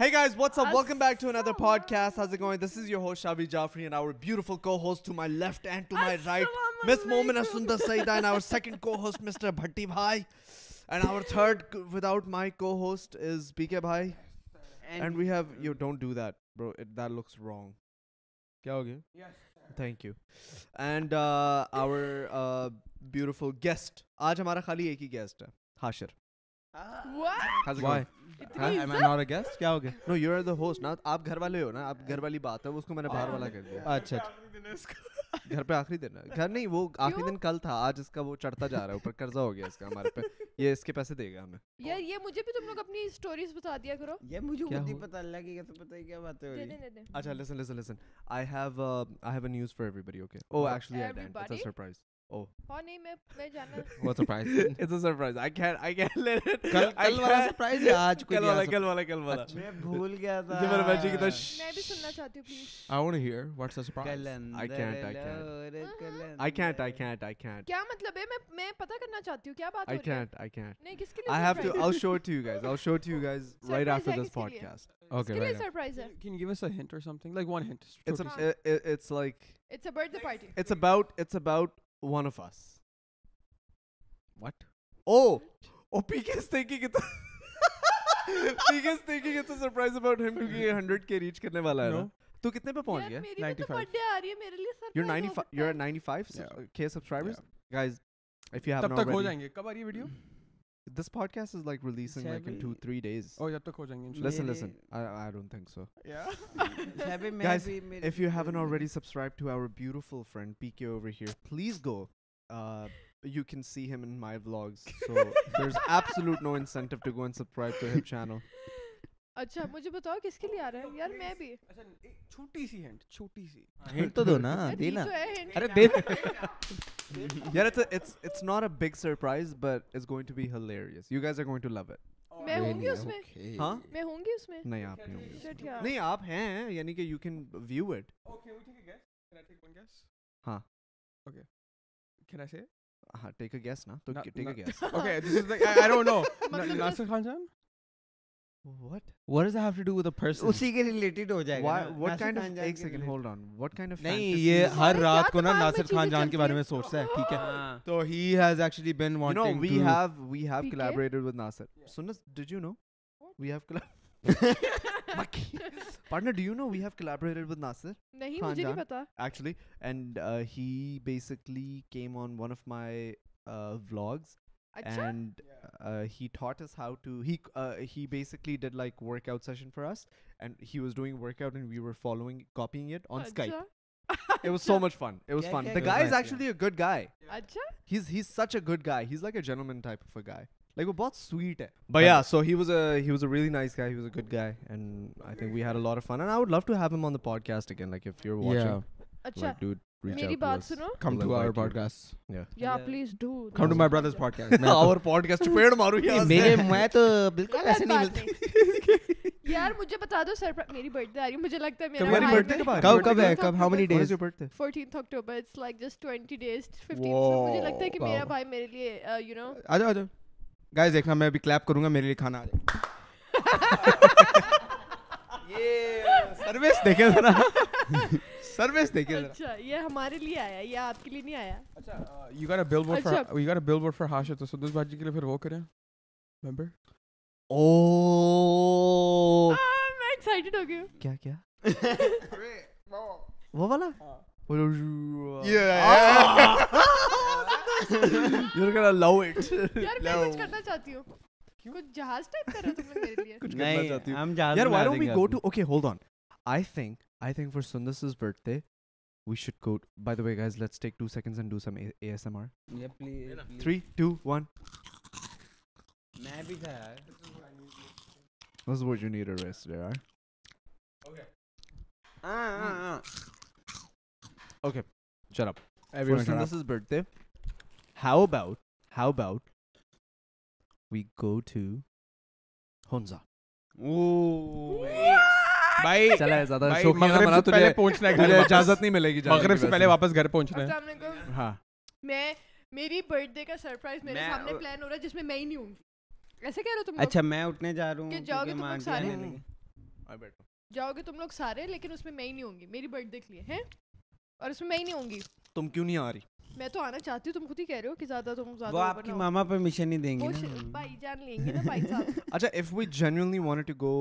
Hey guys, what's up? Uh, Welcome back to another Assalamu podcast. How's it going? This is your host Shabi Jafri and our beautiful co-host to my left and to my right, Assalamu Miss Momina alaikum. Sundar Saida and our second co-host Mr. Bhatti Bhai. And our third c- without my co-host is BK Bhai. And, we have you don't do that, bro. It, that looks wrong. क्या हो गया? Thank you. And uh, our uh, beautiful guest. आज हमारा खाली एक ही guest है, Hashir. What? How's it Why? going? Huh? Am I not a guest? क्या हो गया No, you're the host. Not आप घर वाले हो ना आप घर वाली बात है उसको मैंने बाहर वाला कर दिया अच्छा अच्छा। घर पे आखिरी दिन है घर नहीं वो आखिरी दिन कल था आज इसका वो चढ़ता जा रहा है ऊपर कर्जा हो गया इसका हमारे पे ये इसके पैसे देगा हमें यार ये मुझे भी तुम लोग अपनी स्टोरीज बता दिया करो ये मुझे क्या खुद नहीं हुआ? पता अल्लाह की कैसे पता है क्या बातें हो दे रही दे हैं। दे दे अच्छा اچھا، listen listen listen I have uh, I have a news for everybody okay oh actually I didn't it's a Everybody? surprise oh और नहीं मैं मैं जानना What surprise? it's a surprise I can't I can't let it कल- I कल वाला can't- surprise है, आज कोई कल नया वाला surprise। कल वाला कल वाला मैं भूल गया था जिमर बैटरी की तो मैं भी सुनना चाहती हूँ please I want to hear what's the surprise. I can't, I can't. I can't I can't I can't क्या मतलब है मैं मैं पता करना चाहती हूँ क्या I बात हो रही है can't I can't नहीं किसके लिए I have to surprise I'll show it to you guys I'll show it to you guys right Surprise after है this किसके लिए? podcast है? Okay, किसके लिए right. सरप्राइज है Can you give us a hint or something? Like one hint. just it's a, two Huh. tips. it, it, it's like it's a birthday party It's about it's about one of us. What? Oh, oh, PK is thinking it's. PK is thinking it's a surprise about him क्योंकि ये 100k reach करने वाला है ना. No. तू कितने पे पहुंच यार गया? मेरी भी तो 95. बर्थडे आ रही है मेरे लिए surprise You're 95. You're at 95 Yeah. sub- k subscribers, guys. If you haven't तब तक हो already, जाएंगे कब आ रही है video this podcast is like releasing like in Chevy. two three days. और जब तक हो जाएंगे इंशाल्लाह। Listen, मेरे- listen. I I don't think so. Guys, Guys, If you haven't already subscribed to our beautiful friend PK over here, please go. Uh, you can see him in my vlogs, so there's absolute no incentive to go and subscribe to his channel. अच्छा मुझे बताओ किसके लिए आ रहा है यार मैं भी अच्छा एक छोटी सी हिंट छोटी सी हिंट तो दो ना यार, ये देना तो है hint. अरे दे Yeah, it's a, it's it's not a big surprise, but it's going to be hilarious. You guys are going to love it. मैं होंगी उसमें Huh? मैं होंगी उसमें नहीं आप नहीं होंगे। Shit, यार। नहीं आप हैं यानी कि you can view it. Okay, we take a guess. Oh, Can I take one guess? Huh. Okay. Can I say? it? हाँ, take a guess ना तो ना- take a ना- guess. Okay, this is like I, I don't know. Na- मतलब just- Nasir Khan Jahan? What? What does that have to do with a person? उसी के related हो जाएगा Why? ना, What Nasir kind Khan of? जान एक के second, related। hold on. What kind of? नहीं fantasies- ये हर क्या रात को ना दिमाग में नासिर खान चीजें जान चलती के बारे हैं? में सोचता है ठीक है हाँ। तो he has actually been You know, wanting we to have we have PK? collaborated with Nasser. Sunas, did you know? What? We have collab- partner. Do you know we have collaborated with Nasser नहीं खान मुझे नहीं जान। पता actually, and uh, he basically came on one of my uh, vlogs अच्छा and uh, he taught us how to. He c- uh, he basically did like workout session for us, and he was doing workout and we were following copying it on Skype. अच्छा। It was so much fun. It was Yeah, fun. yeah, the yeah. guy is Nice, yeah. actually a good guy. अच्छा He's he's such a good guy. He's like a gentleman type of a guy. Like we're both sweet. eh. But yeah, so he was a he was a really nice guy. He was a good guy, and I think we had a lot of fun. And I would love to have him on the podcast again. Like if you're watching, yeah अच्छा like dude, reach मेरी out बात to us. सुनो come We'll to our invite you. podcast या Yeah. Please do come to my brother's podcast मैं Our podcast पेड़ मारू तो- यहाँ से। मेरे मैं तो बिल्कुल गलत पैसे नहीं बात मिलते नहीं यार मुझे बता दो सरप्राइज मेरी बर्थडे आ रही है मुझे लगता है मेरा तुम्हारी high birthday में- कब आ रही कब Birthday कब है कब- कब how many When is days your birthday? 14th October it's like just 20 days 15 so मुझे लगता है कि मेरा Wow. भाई मेरे लिए यू नो आ जाओ आ जाओ गाइस देखना मैं अभी क्लैप करूंगा मेरे लिए खाना आ जाए ये सर्विस देखे जरा सर्विस देखे जरा अच्छा ये हमारे लिए आया ये आपके लिए नहीं आया Oh. अच्छा uh, you got a billboard for अच्छा। you got a billboard for Hasha तो सुदेश भाजी के लिए फिर वो करें remember Oh, आ, मैं एक्साइटेड हो गई हूँ। क्या क्या? वो वाला? Yeah, Ah. You're gonna love it. यार मैं कुछ करना चाहती हूँ कुछ जहाज टाइप कर रहे हो तुम लोग मेरे लिए कुछ करना चाहती नहीं हूँ। हम जहाज Yeah, बना why don't we देंगे go आपको। to? Okay, hold on. I think I think for Sundas's birthday, we should go. By the way, guys, let's take two seconds and do some A- ASMR. ये please, please. Three, two, one. मैं भी था यार That's what you need a rest, there. हाँ, ہاں، हाँ, हाँ। Okay, shut up. Everyone for shut up. Sundas's birthday, how about how about we go to Honza? भाई चला है ज्यादा भाई, शौकिया ना मगरिब बना, से तुझे- पहले पहुंचना है घर मुझे वापस। इजाजत नहीं मिलेगी जाने मगरिब की से वैसे। पहले वापस घर पहुंचना है अस्सलाम हाँ मैं मेरी बर्थडे का सरप्राइज मेरे मैं- सामने प्लान हो रहा है जिसमें मैं ही नहीं हूँ ऐसे कह रहे हो तुम लोग اچھا۔ अच्छा मैं उठने जा रहा हूँ कि जाओगे क्योंकि तुम मार लोग दिया सारे? मैंने। I bet. जाओगे तुम लोग सारे लेकिन उसमें मैं ही नहीं होंगी मेरी बर्थडे के लिए है और उसमें मैं ही नहीं होंगी तुम क्यों नहीं आ रही मैं तो आना चाहती हूँ तुम खुद ही कह रहे हो कि ज्यादा तुम ज्यादा वो over आपकी ना हो। मामा परमिशन नहीं देंगे वो ना श- भाई जान लेंगे ना भाई साहब अच्छा if we genuinely wanted to go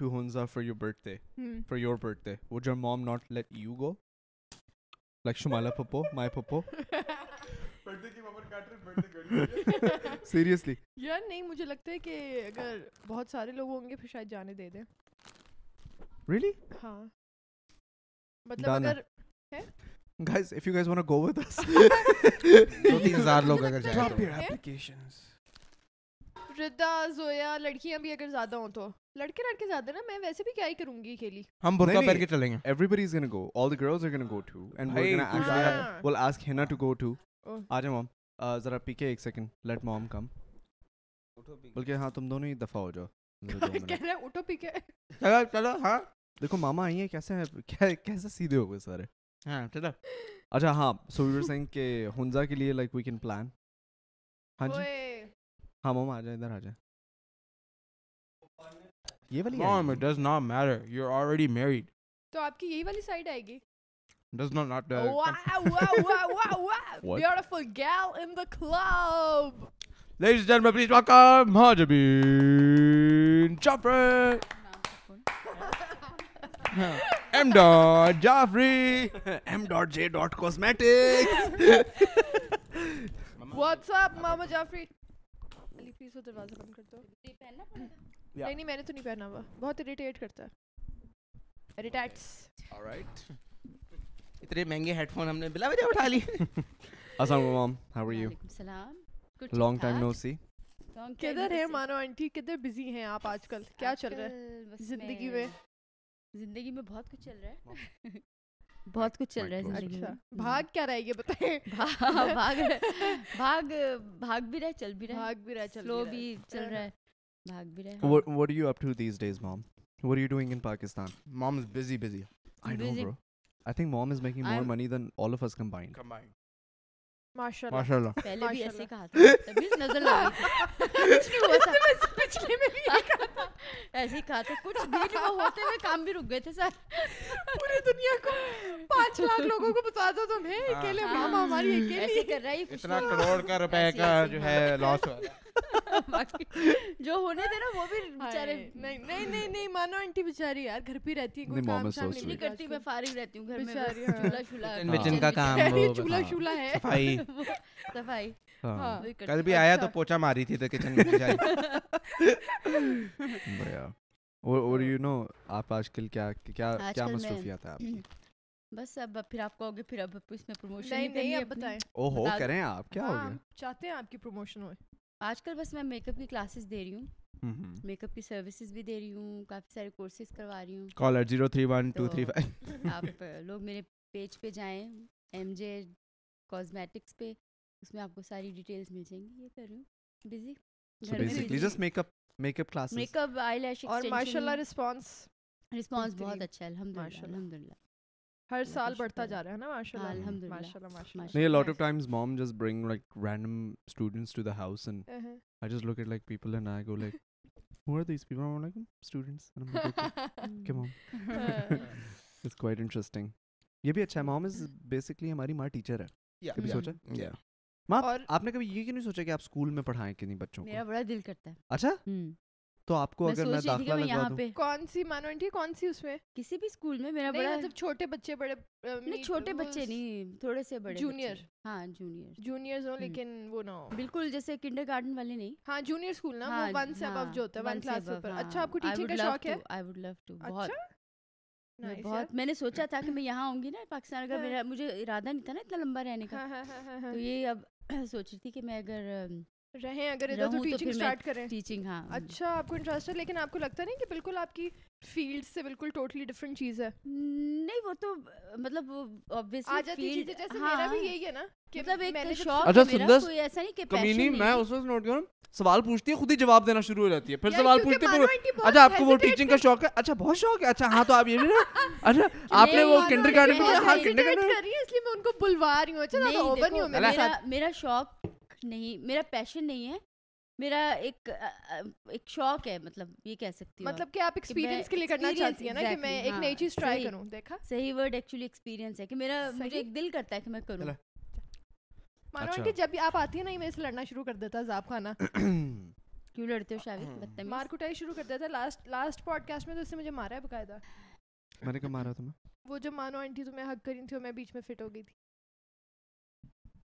to Hunza for your birthday, hmm. for your birthday, would your mom not let you go? Like Shumala Popo, my Popo. Seriously. यार नहीं मुझे लगता है कि अगर बहुत सारे लोग होंगे फिर शायद जाने दे दें Really? हाँ मतलब Done है। अगर Guys, if you guys want to go with us, दो तीन हजार लोग अगर मुझे जाए लगता तो है- हैं? रिदा जोया लड़कियां भी अगर ज्यादा हों तो लड़के लड़के ज्यादा ना मैं वैसे भी क्या ही करूंगी खेली हम बुरका नहीं, पहन नहीं। के चलेंगे everybody's gonna go. All the girls are gonna go too, and we're gonna Hey, actually हाँ। have, we'll ask Hina to go too. Oh. Aaj mom. Uh, zara PK एक second. Let mom come. बल्कि हाँ तुम दोनों ही दफा हो जाओ मुझे दो कह मिनट। रहा है उठो पी के चलो चलो हाँ देखो मामा आई है कैसे हैं कै- कैसे सीधे हो गए सारे हाँ ہاں، चलो अच्छा हाँ सो वी वर सेइंग कि हुंजा के लिए लाइक वी कैन प्लान हाँ जी ओए हाँ मामा आ जाए इधर आ जाए ये वाली Mom, आएगी। it does not matter. You're already married. तो आपकी यही वाली साइड आएगी Does not not the wow wow wow wow wow What? beautiful gal in the club Ladies and gentlemen, please welcome Hajabin Joffrey. M. Dot Joffrey. M dot J dot cosmetics What's up, Mama Jaffrey? Ali please वो दरवाजा बंद कर दो Yeah. नहीं नहीं मैंने तो नहीं पहना हुआ बहुत इरिटेट करता है इरिटेट्स alright इतने महंगे हेडफोन हमने बिला बजा उठा ली assalamu mom how are you सलाम long time no see किधर है मानो आंटी किधर बिजी हैं आप आजकल क्या चल रहा है है जिंदगी में? जिंदगी में बहुत कुछ चल रहा है बहुत कुछ चल रहा है जिंदगी अच्छा में भाग क्या रहा है ये बताएं भाग भाग भाग भाग भी रहा है चल भी रहा है भाग भी रहा है चल स्लो भी भी चल रहा है भाग भी रहा what what are you up to these days mom what are you doing in Pakistan Mom's busy, busy. I know Busy. bro I think mom is making more I'm- money than all of us combined Combined. माशाल्लाह Mashallah. है पहले भी ऐसे माशाल्लाह। कहा था तभी नजर लगी कुछ नहीं हुआ था पिछले में भी यही कहा था ऐसे ही कहा था कुछ भी नहीं हुआ, होते हुए काम भी रुक गए थे सर पूरी दुनिया को पांच लाख लोगों को बता दो तुम है अकेले मामा हमारी ऐसे अकेली कर रहा है ये कुछ इतना नहीं हुआ। करोड़ का रुपए ऐसे- का ऐसे जो ही है लॉस हुआ बाकी जो होने देना वो भी बेचारे बेचारे नहीं नहीं नहीं नहीं मानो आंटी बेचारी यार घर पे रहती है कोई नहीं, mom काम is so शाम sweet. नहीं नहीं करती मैं फारिग रहती हूँ घर में बस बेचारी, हाँ। चूल्हा किचन चूल्हा विचन का काम करती वो चूल्हा हाँ। चूल्हा है सफाई सफाई हाँ, हाँ। वही करती कल हूँ। भी आया اچھا۔ तो अच्छा। पोछा मारी थी तो किचन में बेचारी but yeah what what do you know आप आजकल क्या क्या क्या आजकल मैं- मसरूफियात है आपकी बस अब फिर आप कहोगे फिर अब इसमें प्रमोशन नहीं नहीं आप अपनी। बताएं ओहो बता दो। करें आप क्या हो हाँ, गया हम चाहते हैं आपकी प्रमोशन हो आजकल बस मैं मेकअप की क्लासेस दे रही हूँ हम्म। मेकअप की सर्विसेज भी दे रही हूँ काफ़ी सारे कोर्सेज करवा रही हूँ call eight zero three one two three तो फाइव आप अ, लोग मेरे पेज पे जाएं एम जे कॉस्मेटिक्स पे उसमें आपको सारी डिटेल्स मिल जाएंगी ये कर रही हूँ busy So basically, just makeup makeup classes. Makeup eye lash और माशाल्लाह रिस्पांस रिस्पॉन्स बहुत बेहतरीन। अच्छा है अल्हम्दुलिल्लाह माशाल्लाह। अल्हम्दुलिल्लाह हर अल्लाह का साल बढ़ता शुक्र जा रहा है ना माशाल्लाह माशाल्लाह हाँ, अल्हम्दुलिल्लाह। माशाल्लाह माशाल्लाह। No, a lot of Nice. times mom just bring like random students to the house, and अहं। I just look at like people, and I go like, "Who are these people?" I'm like, "Mm, "Students." And I'm like, okay, okay, mom, it's quite interesting. ये भी अच्छा है mom is basically हमारी माँ teacher है कभी Yeah. सोचा या माँ और- आपने कभी ये क्यों नहीं सोचा कि आप स्कूल में पढ़ाएं किन्हीं बच्चों मेरा को बड़ा दिल करता है अच्छा हम्म। तो आपको मैं अगर मैं सोच रही थी दाखला कि मैं लगवा यहाँ दूं पे कौन सी मानो आंटी कौन सी उसमें किसी भी स्कूल में मेरा नहीं बड़ा मतलब छोटे बच्चे बड़े नहीं छोटे बच्चे नहीं थोड़े से बड़े बच्चे। Junior. हाँ जूनियर जूनियर्स हो हम्म। लेकिन वो ना हो बिल्कुल जैसे किंडरगार्टन वाले नहीं हाँ जूनियर स्कूल ना हाँ, वो वन से हाँ, अबव जो होता है ہاں، one वन اچھا، से क्लास से above, ऊपर हाँ। अच्छा आपको I टीचिंग would का love शौक है to- I would love to बहुत अच्छा मैं Nice बहुत यार। मैंने सोचा था कि मैं यहाँ आऊंगी ना पाकिस्तान अगर हाँ। मेरा मुझे इरादा नहीं था ना इतना लंबा रहने का हाँ, हाँ, हाँ, हाँ, तो हाँ। ये अब सोच रही थी कि मैं अगर अम, रहें अगर इधर रहूं तो तो टीचिंग फिर मैं- स्टार्ट करें टीचिंग हाँ अच्छा आपको इंटरेस्ट है लेकिन आपको लगता नहीं कि बिल्कुल आपकी फील्ड से बिल्कुल टोटली डिफरेंट चीज है नहीं वो तो अ, मतलब आ ऑब्वियसली जाती है चीजें जैसे ہاں، मेरा भी यही है ना कि मतलब एक मैंने जब शौक अच्छा, है मेरा सुंदर कोई ऐसा नहीं कि passion कमीनी नहीं मैं है। उस वक्त नोट करूँ सवाल पूछती है खुद ही जवाब देना शुरू हो जाती है फिर یعنی यार, सवाल क्योंकि पूछते फिर मानो आंटी बहुत اچھا، अच्छा आपको वो hesitate टीचिंग का शौक है अच्छा बहुत शौक है अच्छा हाँ तो आप ये भी ना अच्छा आपने नहीं, वो मानो आंटी किंडरगार्टन में ہاں، बहुत किया? हाँ hesitate किंडरगार्टन कर रही है इसलिए मैं उनको اچھا، बुलवा रही हूँ अच्छा ज्यादा नहीं, ओपन नहीं देखो, हूँ मेरे मेरा साथ मेरा शौक नहीं मेरा पैशन नहीं है میرا ایک अ, अ, ایک شوق ہے مطلب یہ کہہ سکتی ہوں مطلب کہ آپ ایکسپیرینس کے لیے کرنا چاہتی ہیں نا کہ میں ایک نئی چیز ٹرائی کروں دیکھا ہاں، صحیح ورڈ ایکچولی ایکسپیرینس ہے کہ میرا مجھے صحیح؟ ایک دل کرتا ہے کہ میں کروں چلو۔ مانو اچھا۔ کہ جب بھی آپ آتی ہیں نا یہ میں سے لڑنا شروع کر دیتا زاب خانہ کیوں لڑتے ہو شاید بدتمیز ہاں۔ مار کٹائی شروع کر دیتا لاسٹ لاسٹ پوڈ کاسٹ میں تو اس نے مجھے مارا ہے باقاعدہ میں نے کب مارا تمہیں وہ جو مانو آنٹی تمہیں حق کری تھی اور میں بیچ میں فٹ ہو گئی تھی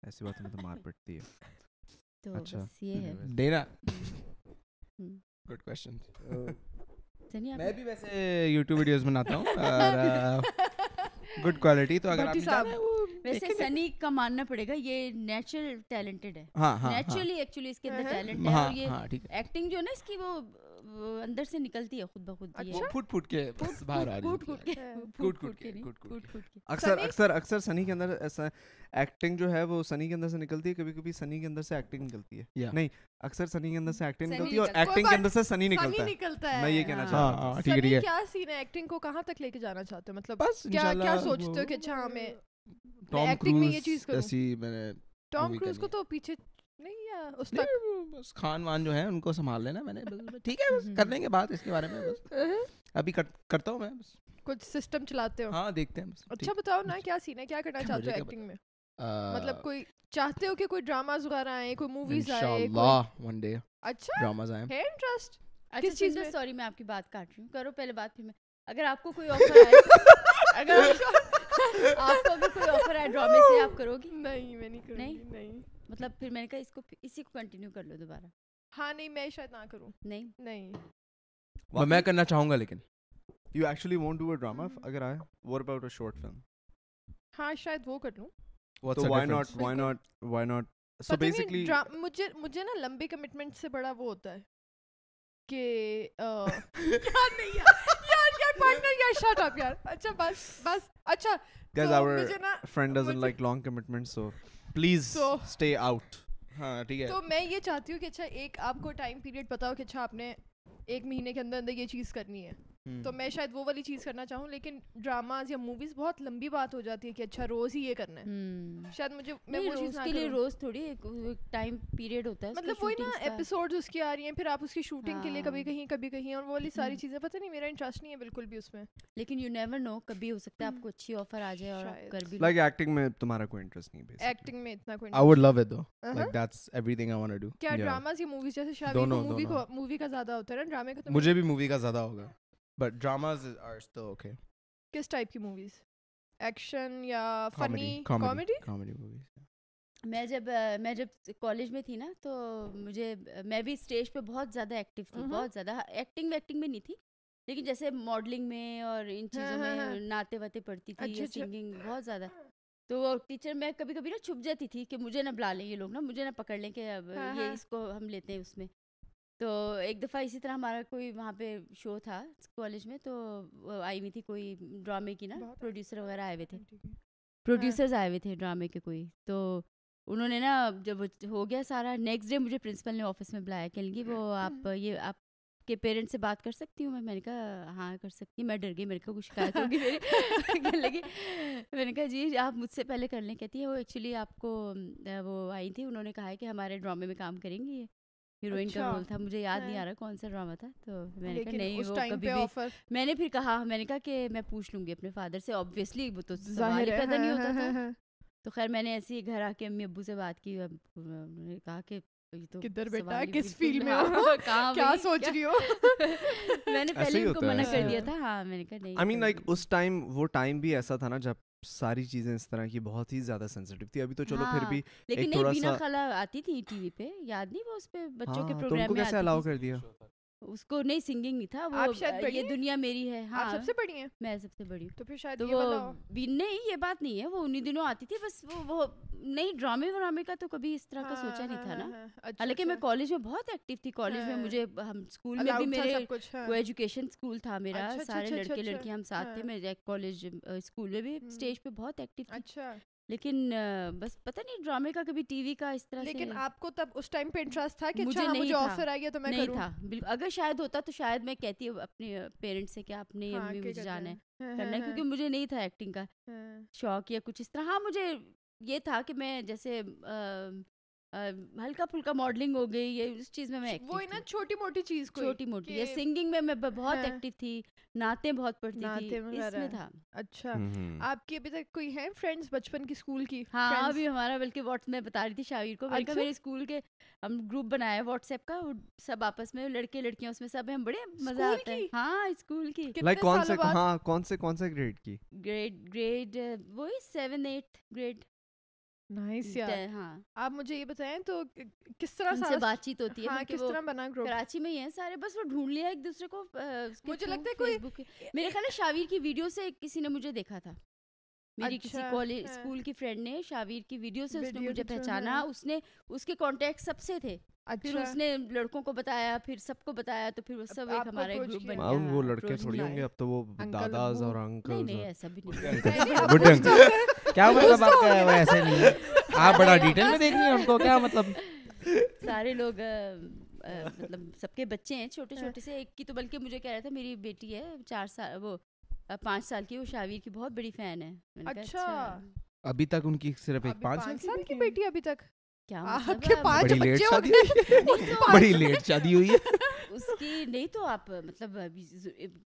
ایسی باتوں میں تو مار پڑتی ہے تو اچھا۔ بس یہ ہے ڈیرا ہوں۔ گڈ کوشچن سنیے آپ میں بھی ویسے یوٹیوب ویڈیوز بناتا ہوں اور گڈ کوالٹی تو اگر آپ بھٹی صاحب ویسے سنی کا ماننا پڑے گا یہ نیچرل ٹیلنٹڈ ہے ہاں ہاں نیچرلی ایکچولی اس کے اندر ہاں۔ ٹیلنٹ ہے ہاں اور یہ ہاں ٹھیک ہے ایکٹنگ جو ہے نا اس کی وہ وہ اندر سے نکلتی ہے خود بخود یہ اچھا۔ وہ پھٹ پھٹ کے بس باہر آ رہی کوٹ کوٹ ہوتی کے کوٹ کوٹ کے کوٹ کوٹ کوٹ کوٹ کے اکثر Sunny- اکثر اکثر سنی کے اندر ایسا ایکٹنگ جو ہے وہ سنی کے اندر سے نکلتی ہے کبھی کبھی سنی کے اندر سے ایکٹنگ نکلتی ہے Yeah. نہیں اکثر سنی کے اندر سے ایکٹنگ Sunny نکلتی ہے اور نکلتا ہے۔ ایکٹنگ کے اندر سے سنی سنی نکلتا ہے نکلتا ہے میں یہ کہنا ہے۔ ہاں۔ چاہ ہاں رہا ہاں ٹھیک ہے سنی ٹھیک ہے کیا سین ہے ایکٹنگ کو کہاں تک لے کے جانا چاہتے ہو مطلب بس کیا کیا انشاءاللہ سوچتے ہو کہ وہ- اچھا ہمیں ٹام acting میں یہ کروز چیز کروں۔ جیسی میں نے ٹام Movie کروز کو کرنی تو پیچھے نہیں یا اس نہیں، وہ بس خان وان جو ہے ان کو سنبھال لینا میں نے بس- ٹھیک ہے بس کر لیں گے بات اس کے بارے میں بس تک ابھی کٹ- کرتا ہوں میں بس کچھ سسٹم چلاتے ہو ہاں دیکھتے ہیں بس اچھا بتاؤ نا کیا سین ہے کیا کرنا مجھے چاہتے ہو کیا ایکٹنگ میں مطلب کوئی چاہتے ہو کہ کوئی ڈراماز وغیرہ آئے کوئی موویز آئے کوئی- انشاءاللہ ون ڈے اچھا ڈراماز آئیں ہے انٹرسٹ اچھا چیز چیز میں- سوری میں آپ کی بات کاٹ رہی ہوں کرو پہلے بات پھر میں اگر آپ کو کوئی آفر آئے اگر آپ کو- آپ کو اگر کوئی آفر آئے ڈرامے سے آپ کرو گی نہیں میں نہیں کروں نہیں؟ گی نہیں مطلب پھر میں نے کہا اس کو اسی کو کنٹینیو کر لو دوبارہ ہاں نہیں میں شاید نہ کروں نہیں نہیں ہوں میں کرنا چاہوں گا لیکن you actually want do a drama اگر آئے what about a short film ہاں شاید وہ کر لوں تو why not why not why not so پتہ نہیں، بیسکلی ڈرا- مجھے مجھے نا لمبے کمٹمنٹ سے بڑا وہ ہوتا ہے کہ آ، یار نہیں یار یار یار پارٹنر یار شٹ اپ یار اچھا بس بس اچھا گیز تو آور مجھے نا فرینڈ ڈزنٹ مجھے- like long commitment so please So- stay out ہاں ٹھیک ہے تو میں یہ چاہتی ہوں کہ اچھا ایک آپ کو ٹائم پیریڈ بتاؤ کہ اچھا آپ نے ایک مہینے کے اندر اندر یہ چیز کرنی ہے تو میں شاید وہ والی چیز کرنا چاہوں لیکن ڈراماز یا موویز بہت لمبی بات ہو جاتی ہے کہ اچھا روز ہی یہ کرنا ہے ہوں شاید مجھے میں وہ چیز اس نہ کے لیے کروں Hmm. روز تھوڑی ایک ٹائم پیریڈ ہوتا ہے مطلب وہی نا ایپیسوڈز اس کی آ رہی ہیں پھر آپ اس کی شوٹنگ کے لیے کبھی کہیں کبھی کہیں اور وہ والی ساری چیزیں پتہ نہیں میرا انٹرسٹ نہیں ہے بالکل بھی اس میں لیکن یو نیور نو کبھی ہو سکتا ہے آپ کو اچھی آفر آ جائے اور آپ شاید۔ کر بھی لو لائک ایکٹنگ میں تمہارا کوئی انٹرسٹ نہیں بیسکلی ایکٹنگ میں اتنا کوئی آئی وڈ لو اٹ دو نہیں like that's everything I want do کیا Yeah. ڈراماز یا موویز جیسے شاید دونوں، مووی دونوں۔ کو مووی کا زیادہ ہوتا ہے نا ڈرامے کا تو مجھے بھی مووی کا زیادہ ہوگا بٹ ڈراماز آر تو اوکے کس ٹائپ کی موویز ایکشن یا funny comedy comedy comedy movies میں جب اہ، میں جب کالج میں تھی نا تو مجھے اہ، میں بھی اسٹیج پہ بہت زیادہ ایکٹیو تھی مہم۔ بہت زیادہ ایکٹنگ ویکٹنگ میں نہیں تھی لیکن جیسے ماڈلنگ میں اور ان چیزوں ہاں، ہاں۔ میں ناطے واتے پڑتی اچھا، تھی اچھا۔ سنگنگ بہت زیادہ تو وہ ٹیچر میں کبھی کبھی نا چھپ جاتی تھی کہ مجھے نہ بلا لیں یہ لوگ نا مجھے نہ پکڑ لیں کہ اب ہاں، یہ ہاں۔ اس کو ہم لیتے ہیں اس میں تو ایک دفعہ اسی طرح ہمارا کوئی وہاں پہ شو تھا کالج میں تو وہ آئی ہوئی تھی کوئی ڈرامے کی نا بہت اچھا۔ پروڈیوسر وغیرہ آئے ہوئے تھے ہاں۔ پروڈیوسرز آئے ہوئے تھے ڈرامے کے کوئی تو انہوں نے نا جب وہ ہو گیا سارا نیکسٹ ڈے مجھے پرنسپل نے آفس میں بلایا کہیں گی وہ ہاں۔ آپ یہ آپ کے پیرنٹس سے بات کر سکتی ہوں میں میں نے کہا ہاں کر سکتی ہوں میں ڈر گئی میرے کو کچھ شکایت ہوگی میری کہنے لگی میں نے کہا جی آپ مجھ سے پہلے کر لیں کہتی ہے وہ ایکچولی آپ کو ام، وہ آئی تھی انہوں نے کہا ہے کہ ہمارے ڈرامے میں کام کریں گی یہ ہیروئن کا اچھا۔ رول تھا مجھے یاد نہیں ہاں۔ آ رہا کون سا ڈرامہ تھا تو میں نے کہا لیکن نہیں اس وہ ٹائم کبھی پہ بھی آفر میں نے پھر کہا میں نے کہا کہ میں پوچھ لوں گی اپنے فادر سے آبویسلی وہ تو سوال ظاہر ہی ہے ہاں، پیدا نہیں ہوتا تھا تو خیر میں نے ایسے ہی گھر آ کے امی ابو سے بات کی اب انہوں نے کہا کہ یہ تو کدھر بیٹا سوال ہی کس بالکل- فیلڈ میں ہاں، ہو کہاں کیا بھائی، سوچ کیا- رہی ہو میں نے ایسا پہلے ہی ان کو ہوتا ہے، منع ایسا کر ہی دیا ہوتا تھا ہاں میں نے کہا نہیں آئی مین کروں لائک گی۔ اس ٹائم وہ ٹائم بھی ایسا تھا نا جب ساری چیزیں اس طرح کی بہت ہی زیادہ سینسیٹیو تھی ابھی تو چلو پھر ہاں، بھی لیکن نہیں تھوڑا بینا سا- خالہ آتی تھی ٹی وی پہ یاد نہیں وہ اس پہ بچوں کے ہاں، تو ان پروگرام کو میں کیسے الاؤ آتی تھی۔ کر دیا اس کو نہیں سنگنگ نہیں تھا آپ شاید وہ بڑی یہ ہیں؟ دنیا میری ہے آپ ہاں سب سے بڑی ہیں میں سب سے بڑی ہوں تو پھر شاید تو یہ وہ والا ہو۔ بھی- نہیں یہ بات نہیں ہے وہ انہی دنوں آتی تھی بس وہ وہ نہیں ڈرامے ورامے کا تو کبھی اس طرح کا ہاں، سوچا نہیں ہاں، تھا نا ہاں، ہاں، اچھا، حالانکہ میں اچھا۔ کالج میں بہت ایکٹیو تھی کالج میں ہاں۔ مجھے ہم اسکول میں بھی Allowed تھا میرے سب کچھ، ہاں۔ وہ ایجوکیشن اسکول تھا میرا اچھا، اچھا، سارے اچھا، لڑکے اچھا، لڑکیاں ہم ساتھ تھے ہاں۔ میں کالج اسکول میں بھی ہم۔ اسٹیج پہ بہت ایکٹیو تھی اچھا لیکن آ، بس پتہ نہیں ڈرامے کا کبھی ٹی وی کا اس طرح سے لیکن آپ کو تب اس ٹائم پہ انٹرسٹ تھا کہ مجھے اچھا ہاں، نہیں مجھے تھا۔ آفر آ گیا تو میں نہیں کروں تھا بالکل اگر شاید ہوتا تو شاید میں کہتی اپنے پیرنٹس سے کہ آپ نے ہاں، امی کیا مجھے کہتے جانا ہے ہیں؟ ہاں، کرنا ہے ہاں، کیونکہ مجھے نہیں تھا ایکٹنگ کا ہاں۔ شوق یا کچھ اس طرح ہاں مجھے یہ تھا کہ میں جیسے آ، अ, हल्का फुल्का मॉडलिंग हो गई ये उस चीज़ में मैं वो active ना थी। छोटी मोटी चीज को छोटी मोटी या कि- सिंगिंग में मैं ब- बहुत हाँ। एक्टिव थी नाते बहुत पढ़ती नाते थी वगैरह। इसमें था अच्छा आपकी अभी तक कोई है फ्रेंड्स बचपन की स्कूल की हाँ friends? अभी हमारा बल्कि व्हाट्स मैं बता रही थी शाहिर को मैंने कहा अच्छा। मेरे स्कूल के हम ग्रुप बनाया है व्हाट्सएप का वो सब आपस में लड़के लड़कियां उसमें सब हैं बड़े मजा स्कूल आता है की? हाँ स्कूल की कितने लाइक कौन से सालों बाद हाँ कौन से कौन से ग्रेड की ग्रेड ग्रेड वही सेवन एट ग्रेड नाइस यार हाँ आप मुझे ये बताएं तो कि- किस तरह उनसे सारा- बातचीत होती है हाँ क्योंकि किस वो तरह बना ग्रुप कराची में ही है सारे बस वो ढूंढ लिया एक दूसरे को अ, उसके मुझे through, लगता है कोई- Facebook के- मेरे ख्याल है शावीर की वीडियो से किसी ने मुझे देखा था मेरी किसी अच्छा, कॉलेज हाँ। स्कूल की फ्रेंड ने शावीर की वीडियो से उसने Video मुझे के through, पहचाना हाँ। उसने उसके कांटेक्ट सबसे थे फिर अच्छा उसने लड़कों को बताया फिर सबको बताया तो फिर वो सब एक आपको हमारा एक approach ग्रुप किया। बन गया अब वो हाँ, लड़के approach थोड़ी किया। होंगे अब तो वो Uncle, दादाज और नहीं अंकल नहीं ऐसा भी नहीं नहीं, नहीं, आप Good कुछ uncle. तो कर- क्या मतलब दोस्तों आपका होंगे वो ना। ऐसे नहीं है आप बड़ा डिटेल में देख रही हैं उनको क्या मतलब सारे लोग अ, अ, मतलब सबके बच्चे हैं छोटे छोटे से एक की तो बल्कि मुझे कह रहा था मेरी बेटी है चार साल वो अ, पाँच साल की वो शावीर की बहुत बड़ी फैन है मैंने कहा, अच्छा। अभी तक उनकी सिर्फ एक अभी पाँच पाँच साल साल की बेटी अभी तक क्या मतलब आपके आप- पांच बड़ी late बच्चे हो शादी गए नहीं तो बड़ी लेट शादी हुई है उसकी नहीं तो आप अ, مطلب मतलब अभी जु- इब-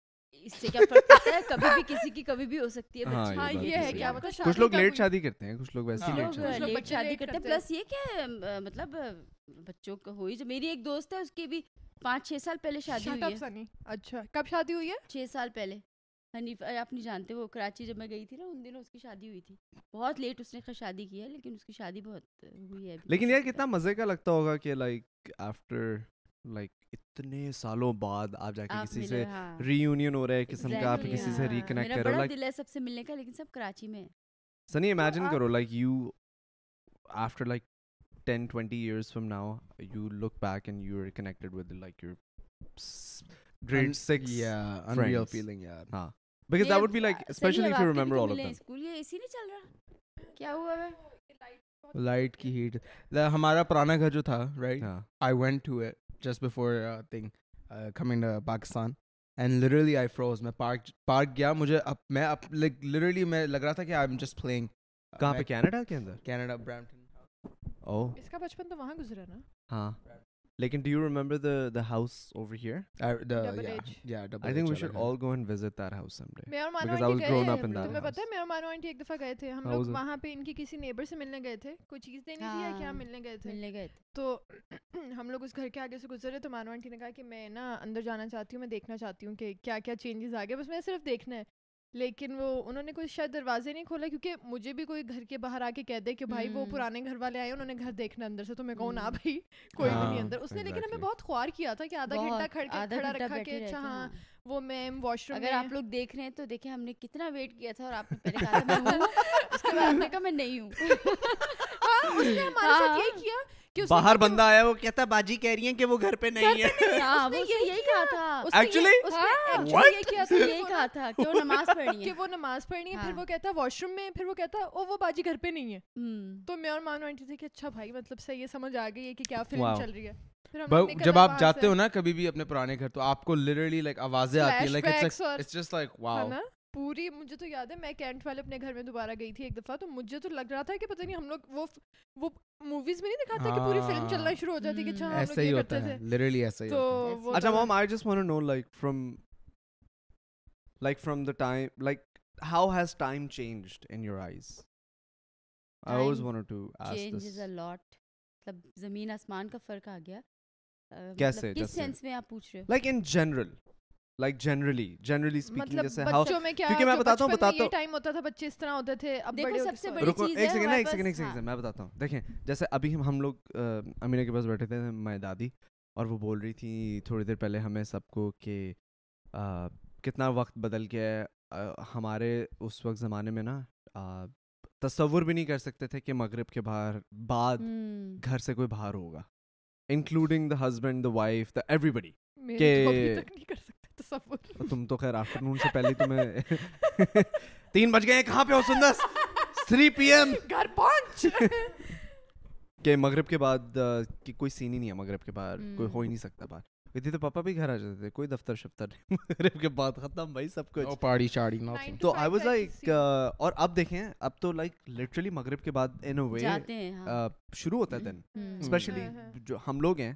इससे क्या फर्क पड़ता है कभी भी किसी की कभी भी हो सकती है हाँ, बच्ची हाँ ये बात ये तो है सही क्या ہاں، है। मतलब कुछ शादी लोग का लेट कोई- शादी करते हैं कुछ लोग वैसे हाँ। ही कुछ लेट लोग शादी शादी- लेट बच्चे शादी late करते हैं करते हैं। प्लस ये कि अ, मतलब अ, बच्चों को हो ही जा- मेरी एक दोस्त है उसकी भी पाँच छः साल पहले शादी Shut हुई up, है Sunny. अच्छा कब शादी हुई है छः साल पहले हनीफ अरे आप नहीं जानते वो कराची जब मैं गई थी ना उन दिनों उसकी शादी हुई थी बहुत लेट उसने खैर शादी की है लेकिन उसकी शादी बहुत अ, हुई है अभी लेकिन कुछ यार दिन कितना मजे का लगता होगा कि लाइक आफ्टर लाइक इतने सालों बाद आप तक। जाके आप किसी मिले, से हाँ। रीयूनियन हो रहा है किस्म का आप Exactly, किसी से हाँ। रिकनेक्ट मेरा कर रहे हो बड़ा लाइक दिल है सबसे मिलने का लेकिन सब कराची में है। सनी इमेजिन आप- करो like you after like 10 20 years from now you look back and you're connected with like your s- grade 6 या अनरियल friends. फीलिंग यार हाँ because नहीं, that अब would be like आ- सही, especially अब if you आपके भी remember तो all of मिले हैं them स्कूल ये एसी नहीं चल रहा क्या हुआ है लाइट की हीट हमारा पुराना घर जो था राइट हाँ I went to it just before uh, thing uh, coming to Pakistan and literally I froze मैं park park गया मुझे अब मैं अब like literally मैं लग रहा था कि I'm just playing uh, कहाँ पे मैं- कनाडा के अंदर Canada Brampton oh इसका बचपन तो वहाँ गुजरा ना हाँ लेकिन do you remember the the house over here I, the, Double yeah, H. yeah double I think H we वाला should घर। all go and visit that house someday मैं और मानो Because I आंटी was गए grown हैं up in that तुम्हें पता है house. मैं और मानो आंटी एक दफा गए थे हम How was लोग it? वहाँ पे इनकी किसी नेबर से मिलने गए थे कुछ चीज देनी थी या क्या हाँ, मिलने गए थे मिलने गए थे तो हम लोग उस घर के आगे से गुजरे तो मानो आंटी ने कहा कि मैं ना अंदर जाना चाहती हूँ मैं देखना चाहती हूँ कि क्या क्या चेंजेस आ गए बस मैं सिर्फ देखना है लेकिन वो उन्होंने कोई शायद दरवाजे नहीं खोला क्योंकि मुझे भी कोई घर के बाहर आके कह दे कि भाई वो हम्म। पुराने घर वाले आए उन्होंने घर देखना अंदर से तो मैं कहूँ ना हम्म। भाई कोई भी नहीं ہاں، हाँ, अंदर उसने लेकिन हमें exactly. बहुत ख्वार किया था कि आधा घंटा बहुत, खड़ के आधा खड़ा घंटा रखा बैठे कि रहते अच्छा हैं, हाँ वो मैम वॉशरूम अगर आप लोग देख रहे हैं तो देखें हमने कितना वेट किया था और आपने पहले कहा था मैं हूँ उसके बाद आपने कहा मैं नहीं हूँ हाँ, उसने हमारे साथ ہاں۔ हाँ। यही किया कि उसने बाहर कहा कि बंदा आया वो कहता बाजी कह रही है कि वो घर पे नहीं है हाँ उसने वो यही उसने यही कहा था उसने ये- Actually? उसने हाँ, actually What? ये किया उसने था यही कि कहा वो- था कि वो नमाज पढ़नी कि है वो नमाज पढ़नी है फिर हाँ। वो कहता वॉशरूम में फिर वो कहता ओ वो बाजी घर पे नहीं है हम्म, तो मैं और मानो आंटी थे कि अच्छा भाई मतलब सही ये समझ आ गई है कि क्या फिल्म Wow. चल रही है फिर हम लोग But निकल जब आए आप बाहर जाते से, हो ना कभी भी अपने पुराने घर तो आपको literally like आवाजें आती हैं like it's Flashbacks और- like it's just like है wow ना पूरी मुझे तो याद है मैं कैंट वाले अपने घर में दोबारा गई थी एक दफा तो मुझे तो लग रहा था कि पता नहीं हम लोग वो वो मूवीज में नहीं दिखाते कि पूरी ہاں. फिल्म हाँ। चलना शुरू हो जाती है कि अच्छा हम्म। हम लोग ऐसे ही ये होता करते है थे literally ऐसे ही तो होता है वो अच्छा तो- mom I just want to know like from like from the time like how has time changed in your eyes I always Time wanted to ask changes this a lot मतलब जमीन आसमान का फर्क आ गया अ, मतलब कैसे, किस जैसे? सेंस में आप पूछ रहे हो like in general like generally generally speaking मतलब जैसे how बच्चों में क्या क्योंकि मैं जो बताता हूँ, बचपन में बताता ये हूँ। टाइम होता था बच्चे इस तरह होते थे अब देखो, बड़े होके सबसे sorry। बड़ी रुको चीज़ एक है सेकंड ना एक सेकंड हमारे पास, एक सेकंड ہاں۔ हाँ। मैं बताता हूँ देखें जैसे अभी हम हम लोग अ, अमीना के पास बैठे थे मैं दादी और वो बोल रही थी थोड़ी देर पहले हमें सबको कि अ, कितना वक्त बदल गया है अ, हमारे उस वक्त ज़माने में ना अ, तस्वुर भी नहीं कर सकते थे कि मगरिब के बाहर बाद हम्म, घर से कोई बाहर होगा including the husband the wife the everybody मेरे तो अभी के- तक नहीं कर सकते तो सब बोल- तुम तो खैर आफ्टरनून से पहले ही तुम्हें तीन बज गए हैं, कहाँ पे हो सुंदर 3 पीएम घर पहुंच कि मगरब के बाद अ, कि uh, कोई सीन ही नहीं है मगरब के बाहर कोई हो ही हम्म। Hmm. नहीं सकता बाहर تو پاپا بھی گھر آ جاتے تھے کوئی دفتر شفتر نہیں مغرب کے بعد ختم بھائی سب کچھ No Oh, party, shardy, Nine nothing. to تو آئی واز 5:30 لائک اور اب دیکھیں اب تو لائک لٹرلی مغرب کے بعد ان اے وے جاتے ہیں ہاں شروع ہوتا ہے دن ہوں۔ ہاں۔ اسپیشلی ہاں، ہاں۔ جو ہم لوگ ہیں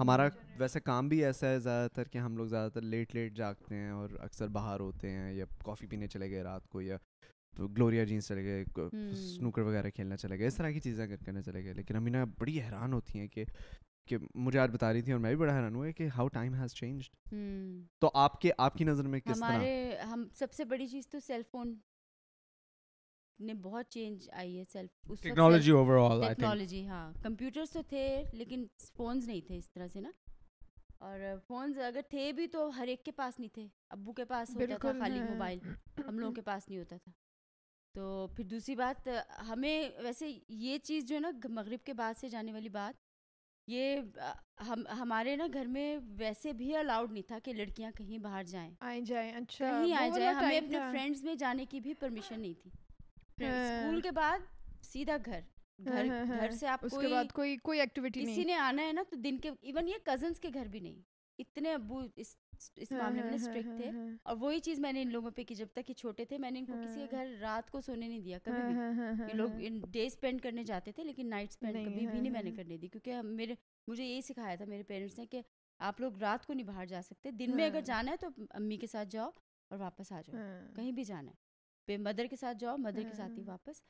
ہمارا ویسے کام بھی ایسا ہے زیادہ تر کہ ہم لوگ زیادہ تر لیٹ لیٹ جاگتے ہیں اور اکثر باہر ہوتے ہیں یا کافی پینے چلے گئے رات کو یا گلوریا جینس چلے گئے سنوکر وغیرہ کھیلنے چلے گئے اس طرح کی چیزیں کر- کرنے چلے گئے لیکن امینا بڑی حیران ہوتی ہیں کہ کہ مجھے آج بتا رہی تھی اور میں بھی بڑا حیران ہوا کہ ہاؤ ٹائم ہیز چینجڈ ہوں۔ تو آپ کے آپ کی نظر میں کس طرح ہمارے ہم سب سے بڑی چیز تو سیل فون نے بہت چینج آئی ہے self Technology overall, I think. Technology ہاں کمپیوٹرس تو تھے لیکن فونز نہیں تھے اس طرح سے نا اور فونز اگر تھے بھی تو ہر ایک کے پاس نہیں تھے ابو کے پاس ہوتا تھا بالکل خالی ہے۔ موبائل ہم لوگوں کے پاس نہیں ہوتا تھا تو پھر دوسری بات آ، ہمیں ویسے یہ چیز جو ہے نا گ- مغرب کے بعد سے جانے والی بات یہ آ، ہم ہمارے نا گھر میں ویسے بھی الاؤڈ نہیں تھا کہ لڑکیاں کہیں باہر جائیں آئیں جائیں اچھا کہیں آ وہ جائے والا ہمیں time اپنے تھا۔ فرینڈس میں جانے کی بھی پرمیشن نہیں تھی ہاں۔ اسکول کے بعد سیدھا گھر گھر ہاں، ہاں، گھر ہاں۔ سے آپ اس کے بعد کوئی کوئی ایکٹیویٹی کسی نہیں نے آنا ہے نا تو دن کے ایون یہ کزنس کے گھر بھی نہیں اتنے ابو اس ہاں، اس معاملے میں اسٹرکٹ تھے اور وہی چیز میں نے ان لوگوں پہ کی جب تک یہ چھوٹے تھے میں نے ان کو کسی کے ہاں۔ گھر رات کو سونے نہیں دیا کبھی بھی یہ لوگ ڈے اسپینڈ کرنے جاتے تھے لیکن نائٹ اسپینڈ نہیں، کبھی ہاں، بھی نہیں ہاں، میں نے ہاں۔ کرنے دی کیونکہ ہم- میرے مجھے یہی سکھایا تھا میرے پیرنٹس نے کہ آپ لوگ رات کو نہیں باہر جا سکتے دن میں اگر ہاں۔ جانا ہے تو امی کے ساتھ جاؤ اور واپس آ جاؤ کہیں بھی جانا ہے پہ مدر کے ساتھ جاؤ مدر کے ساتھ ہی ہاں۔ واپس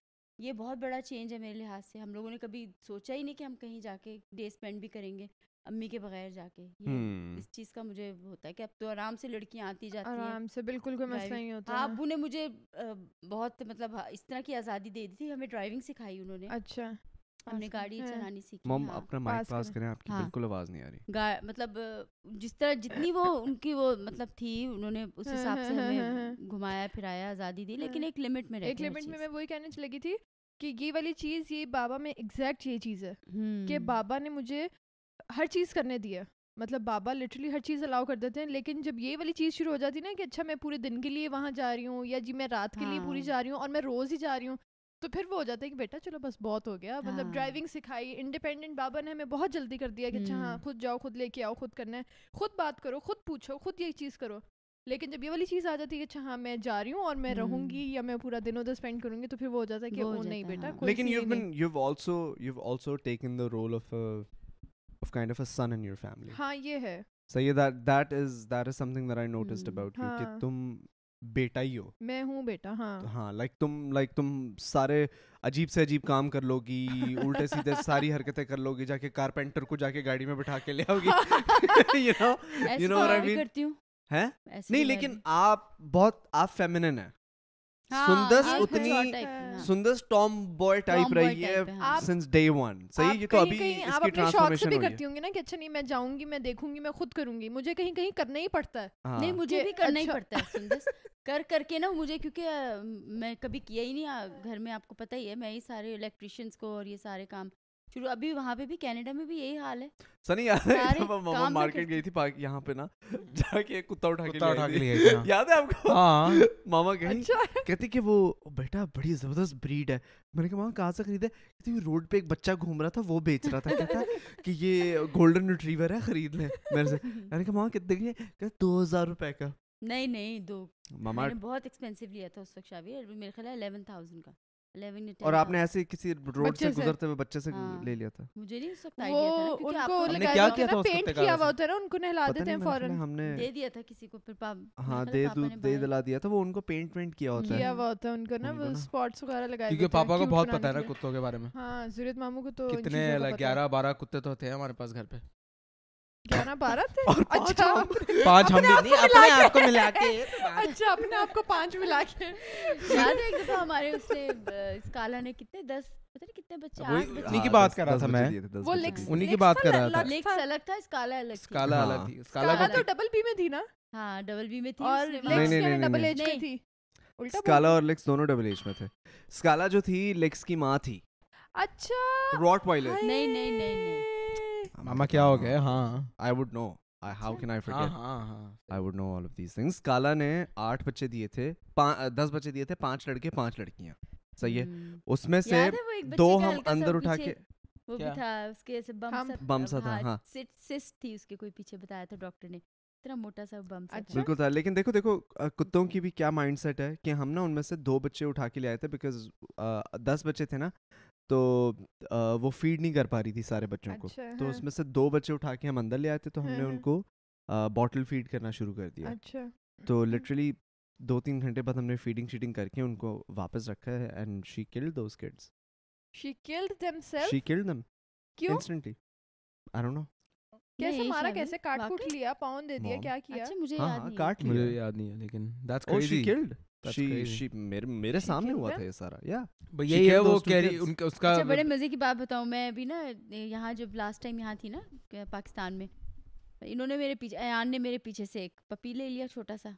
یہ بہت بڑا چینج ہے میرے لحاظ سے ہم لوگوں نے کبھی سوچا ہی نہیں کہ ہم کہیں جا کے ڈے اسپینڈ بھی کریں گے امی کے بغیر جا کے یہ اس چیز کا مجھے ہوتا ہے کہ اب تو آرام سے لڑکیاں آتی جاتی ہیں آرام سے بالکل کوئی مسئلہ driving- نہیں ہوتا ہاں ابو نے مجھے آ، بہت مطلب ہاں، اس طرح کی آزادی دے دی تھی ہمیں ڈرائیونگ سکھائی انہوں نے اچھا ہم نے awesome. گاڑی ہاں۔ چلانی سیکھی موم ہاں۔ اپنا pass مائک پاس کریں۔ کریں آپ کی ہاں۔ بالکل آواز نہیں آ رہی گا- مطلب آ، جس طرح جتنی وہ ان کی وہ مطلب تھی انہوں نے اس ہاں، حساب ہاں، سے ہاں، ہاں، ہاں۔ ہمیں گھمایا پھرایا آزادی دی لیکن ہاں۔ ایک لمٹ میں ایک لمٹ میں میں وہی کہنے چ- لگی تھی کہ یہ والی چیز یہ بابا میں ایگزیکٹ یہ چیز ہے کہ بابا نے مجھے ہر چیز کرنے دی ہے مطلب بابا لٹرلی ہر چیز الاؤ کر دیتے ہیں لیکن جب یہ والی چیز شروع ہو جاتی ہے نا کہ اچھا میں پورے دن کے لیے وہاں جا رہی ہوں یا جی میں رات کے لیے پوری ہاں۔ جا رہی ہوں اور میں روز ہی جا رہی ہوں تو پھر وہ ہو جاتا ہے کہ بیٹا چلو بس بہت ہو گیا مطلب ہاں۔ ڈرائیونگ سکھائی انڈیپینڈنٹ بابا نے ہمیں بہت جلدی کر دیا کہ اچھا ہاں ہوں۔ خود جاؤ خود لے کے آؤ خود کرنا ہے خود بات کرو خود پوچھو خود یہ چیز کرو لیکن جب یہ والی چیز آ جاتی ہے کہ اچھا ہاں میں جا رہی ہوں اور میں رہوں ہوں۔ گی یا میں پورا دن ادھر اسپینڈ کروں گی تو پھر وہ ہو جاتا ہے کہ وہ ہو وہ نہیں جاتا ہے، بیٹا ہاں۔ کوئی لیکن scene یو ہی نہیں۔ Been you also you also taken the role of of kind of a son in your family ہاں یہ ہے سو یہ that that is that is something that I noticed ہم، اباؤٹ یو کہ ہاں۔ تم بیٹا ہی ہو میں ہوں بیٹا ہاں ہاں لائک تم لائک تم سارے عجیب سے عجیب کام کر لو گی الٹے سیدھے ساری حرکتیں کر لو گی جا کے کارپینٹر کو جا کے گاڑی میں بٹھا کے لے آؤ گی you know you know what I mean? کرتی ہوں ہیں نہیں ایسے تو میں لیکن بھی- آپ بہت آپ فیمنن ہیں ہاں، سندس آپ اتنی short type ہیں، ہاں۔ Sundus tomboy type Tomboy رہی type ہے، ہے ہاں۔ سنس ڈے ون صحیح یہ آپ تو کہیں ابھی کہیں اس آپ کی اپنے شوق سے ٹرانسفارمیشن بھی ہوئی ہے کرتی ہوں گی نا کہ اچھا نہیں میں جاؤں گی میں دیکھوں گی میں خود کروں گی مجھے کہیں کہیں کرنا ہی پڑتا ہے ہاں۔ نہیں مجھے کہ بھی کرنا ہی اچھا- پڑتا ہے سندس کر کر کے نا مجھے کیونکہ آ، میں کبھی کیا ہی نہیں آ، گھر میں آپ کو پتہ ہی ہے میں یہ سارے الیکٹریشینس کو اور یہ سارے کام شروع ابھی وہاں پہ بھی کینیڈا میں بھی یہی حال ہے سنی یاد ہے سارے جب ہم ماما کام میں مارکیٹ کرتی- گئی تھی پاک- یہاں پہ نا جا کے ایک کتا اٹھا کے کتا لے اٹھا آئی کے تھی۔ لے آئی تھی، ہاں۔ یاد ہے آپ کو ہاں ماما کہیں اچھا کہتی کہ وہ بیٹا بڑی زبردست بریڈ ہے میں نے کہا ماما کہاں سے خریدا ہے کہتی وہ روڈ پہ ایک بچہ گھوم رہا تھا وہ بیچ رہا تھا کہتا کہ یہ گولڈن ریٹریور ہے خرید لیں میرے سے میں نے کہا ماما کتنے کی ہے کہ دو ہزار روپے کا نہیں نہیں دو ماما میں نے بہت ایکسپینسو لیا تھا اس وقت شاویر میرے خیال ہے الیون تھاؤزینڈ کا الیون اور آپ نے ایسے ہی کسی روڈ سے بچے سے۔ گزرتے ہوئے بچے سے ہاں۔ لے لیا تھا مجھے نہیں اس وقت وہ آئیڈیا تھا نا، ان کیونکہ آپ کو کو ہم نے لگا کیا ہوا کیا ہوتا تھا ہے اس پینٹ کتے کا کیا ہوا ویسے؟ ہوتا ہے نا ان کو نہلا پتہ دیتے نہیں ہیں میرے خیال ہے فوراً ہم نے دے دیا تھا کسی کو پھر مطلب پاپ ہاں دے دو دے دلا دیا تھا وہ ان کو پینٹ وینٹ کیا ہوتا ہے کیا ہوا ہوتا ہے ان کو نا ان کو وہ نا۔ اسپاٹس وغیرہ لگائے کیونکہ ہوتے ہیں، پاپا کو cute بہت بنانے پتہ ہے نا کے لیے۔ کتوں کے بارے میں ہاں زریت ماموں کو تو ان کتنے چیزوں کا پتہ ہے۔ گیارہ بارہ کتے تو ہوتے ہیں ہمارے پاس گھر پہ گیارہ بارہ تھے اور پانچ اچھا ہم- پانچ ہم بھی کو اپنے ملا آپ کو کے- ملا کے اچھا اپنے آپ کو پانچ ملا کے یاد ہے ایک دفعہ ہمارے اس نے اس کالا نے کتنے دس پتہ نہیں کتنے بچے آٹھ وہی- بچے انہی کی ہاں، بات دس- کر رہا دس تھا بچے میں۔ دیے تھے، دس وہ بچے لیکس دیے تھے۔ انہی کی بات کر رہا تھا لیک سلک تھا اس کالا الگ تھی کالا الگ تھی کالا کالا الگ تو ڈبل بی میں تھی نا ہاں ڈبل بی میں تھی اور نہیں، لیکس نہیں، کیا ہے نہیں، ڈبل نہیں۔ ایج کی نہیں۔ تھی الٹا اسکالا اور لیکس دونوں ڈبل ایج میں تھے اسکالا جو تھی لیکس کی ماں تھی بول- اچھا راٹ وائلر نہیں، نہیں، نہیں، نہیں۔ ماما کیا ہو گئے ہاں I would know how can I ہاں فرگیٹ ہاں ہاں I would know all of these things کالا نے آٹھ بچے دیے تھے پان- آ، دس بچے دیے تھے پانچ لڑکے پانچ لڑکیاں صحیح ہے اس میں سے دو ہم اندر اٹھا کے وہ بھی क्या? تھا اس کے ایसे بم ہم- سا बम सा था, हाँ। سسٹ تھی اس کے کوئی پیچھے بتایا تھا ڈاکٹر نے اتنا موٹا سا بم سا अच्छा। تھا بالکل تھا لیکن دیکھو دیکھو آ، کتوں کی بھی کیا مائنڈ سیٹ ہے کہ ہم نا ان میں سے دو بچے اٹھا کے لے آئے تھے بیکاز دس بچے تھے نا تو آ، وہ فیڈ نہیں کر پا رہی تھی سارے بچوں کو اچھا تو اس میں سے دو بچے اٹھا کے ہم اندر لے آئے تھے تو ہم نے हाँ, ان हाँ। کو بوٹل فیڈ کرنا شروع کر دیا اچھا تو لٹرلی دو تین گھنٹے بعد ہم نے فیڈنگ شیڈنگ کر کے ان کو واپس رکھا ہے and she killed those kids she killed them self she killed them کیوں انسٹنٹلی آئی ڈونٹ نو کیسے نہیں، مارا शायद- کیسے کاٹ کوٹ वाकई? لیا پاؤں دے دیا Mom। کیا کیا اچھا مجھے ہاں یاد ہاں نہیں کاٹ مجھے لیا Oh, یاد نہیں ہے لیکن that's oh she crazy. Killed That's she crazy. She میرے میرے She سامنے killed ہوا them? تھا یہ سارا یا but She یہی ہے killed وہ those two کیری kids. ان کا اس کا اچھا بڑے مزے کی بات بتاؤں میں بھی نا یہاں جب لاسٹ ٹائم یہاں تھی نا پاکستان میں انہوں نے میرے پیچھے ایان نے میرے پیچھے سے ایک پپی لے لیا چھوٹا سا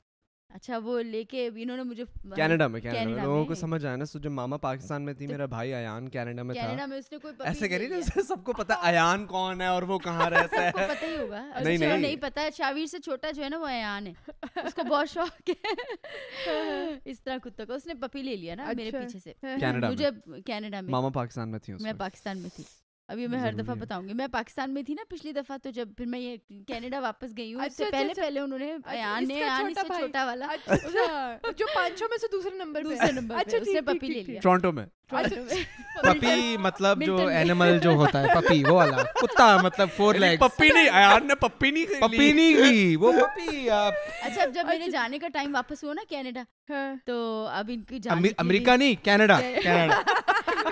اچھا وہ لے کے انہوں نے مجھے کینیڈا میں کینیڈا میں Canada لوگوں में। کو سمجھ آیا نا سو جب ماما پاکستان میں تھی तो- میرا بھائی ایان کینیڈا میں تھا کینیڈا میں اس نے کوئی ایسے کری جیسے سب کو پتا ایان کون ہے اور وہ کہاں رہتا سب کو ہے پتہ ہی ہوگا नहीं, نہیں नहीं। نہیں پتا ہے شاویر سے چھوٹا جو ہے نا وہ ایان ہے اس کو بہت شوق ہے اس طرح کتوں کا اس نے پپی لے لیا نا میرے پیچھے سے کینیڈا میں مجھے کینیڈا میں ماما پاکستان میں تھی اس میں وقت۔ پاکستان میں تھی اب یہ میں ہر دفعہ بتاؤں گی میں پاکستان میں تھی نا پچھلی دفعہ تو جب پھر میں یہ کینیڈا واپس گئی ہوں اس سے پہلے پہلے انہوں نے ایان نے ایان سے چھوٹا والا اچھا جو پانچوں میں سے دوسرے نمبر پہ دوسرے نمبر اچھا اچھا اس نے پپی لے لیا ٹورانٹو میں پپی مطلب جو Milton- اینیمل جو ہوتا ہے پپی وہ والا کتا مطلب فور لیگ پپی نہیں ایان نے پپی نہیں پپی نہیں کی وہ پپی اچھا جب میرے جانے کا ٹائم واپس ہوا نا کینیڈا اچھا، تو اب ان کی امریکہ نہیں کینیڈا کینیڈا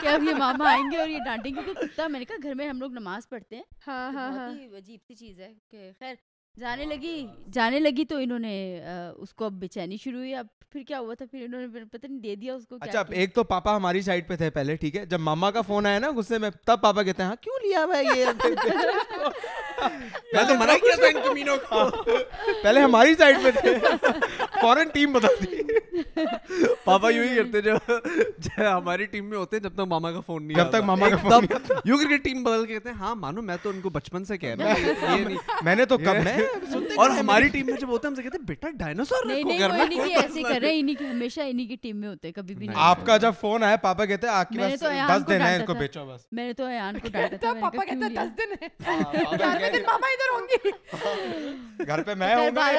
کہ اب یہ ماما آئیں گے اور یہ ڈانٹیں گے کیونکہ کتا میں نے کہا گھر میں ہم لوگ نماز پڑھتے ہیں ہاں تو ہاں ہاں بہت ہی عجیب سی چیز ہے کہ خیر جانے لگی جانے لگی تو انہوں نے اس کو اب بے چینی شروع ہوئی اب پھر کیا ہوا تھا پھر انہوں نے پتہ نہیں دے دیا اس کو اچھا ایک تو پاپا ہماری سائڈ پہ تھے پہلے ٹھیک ہے جب ماما کا فون آیا نا غصے میں تب پاپا کہتے ہیں ہاں کیوں لیا بھائی یہ میں تو منع کیا تھا ان کمینوں کو پہلے ہماری سائڈ پہ تھے فورن ٹیم بتا دی پاپا یوں ہی کرتے جب ہماری ٹیم میں ہوتے جب تک ماما کا فون نہیں جب تک ماما کا فون یوں کر کے ٹیم بدل کے کہتے ہیں ہاں مانو میں تو ان کو بچپن سے کہہ رہا ہوں یہ نہیں میں نے تو کب میں اور ہماری ٹیم میں جب ہوتا ہے ہم سے کہتے ہیں بیٹا ڈائنوسور نہیں نہیں وہ انہیں کی ایسے کر رہے انہیں کی ہمیشہ انہیں کی ٹیم میں ہوتے کبھی بھی نہیں آپ کا جب فون آیا پاپا کہتے ہیں آپ کے پاس دس دن ہے ان کو بیچو بس میں نے تو ایان کو ڈانٹا تھا تب پاپا کہتا دس دن ہے ہاں، گیارہویں دن ہاں، گھر ماما ادھر ہوں گی پہ میں ہوں گا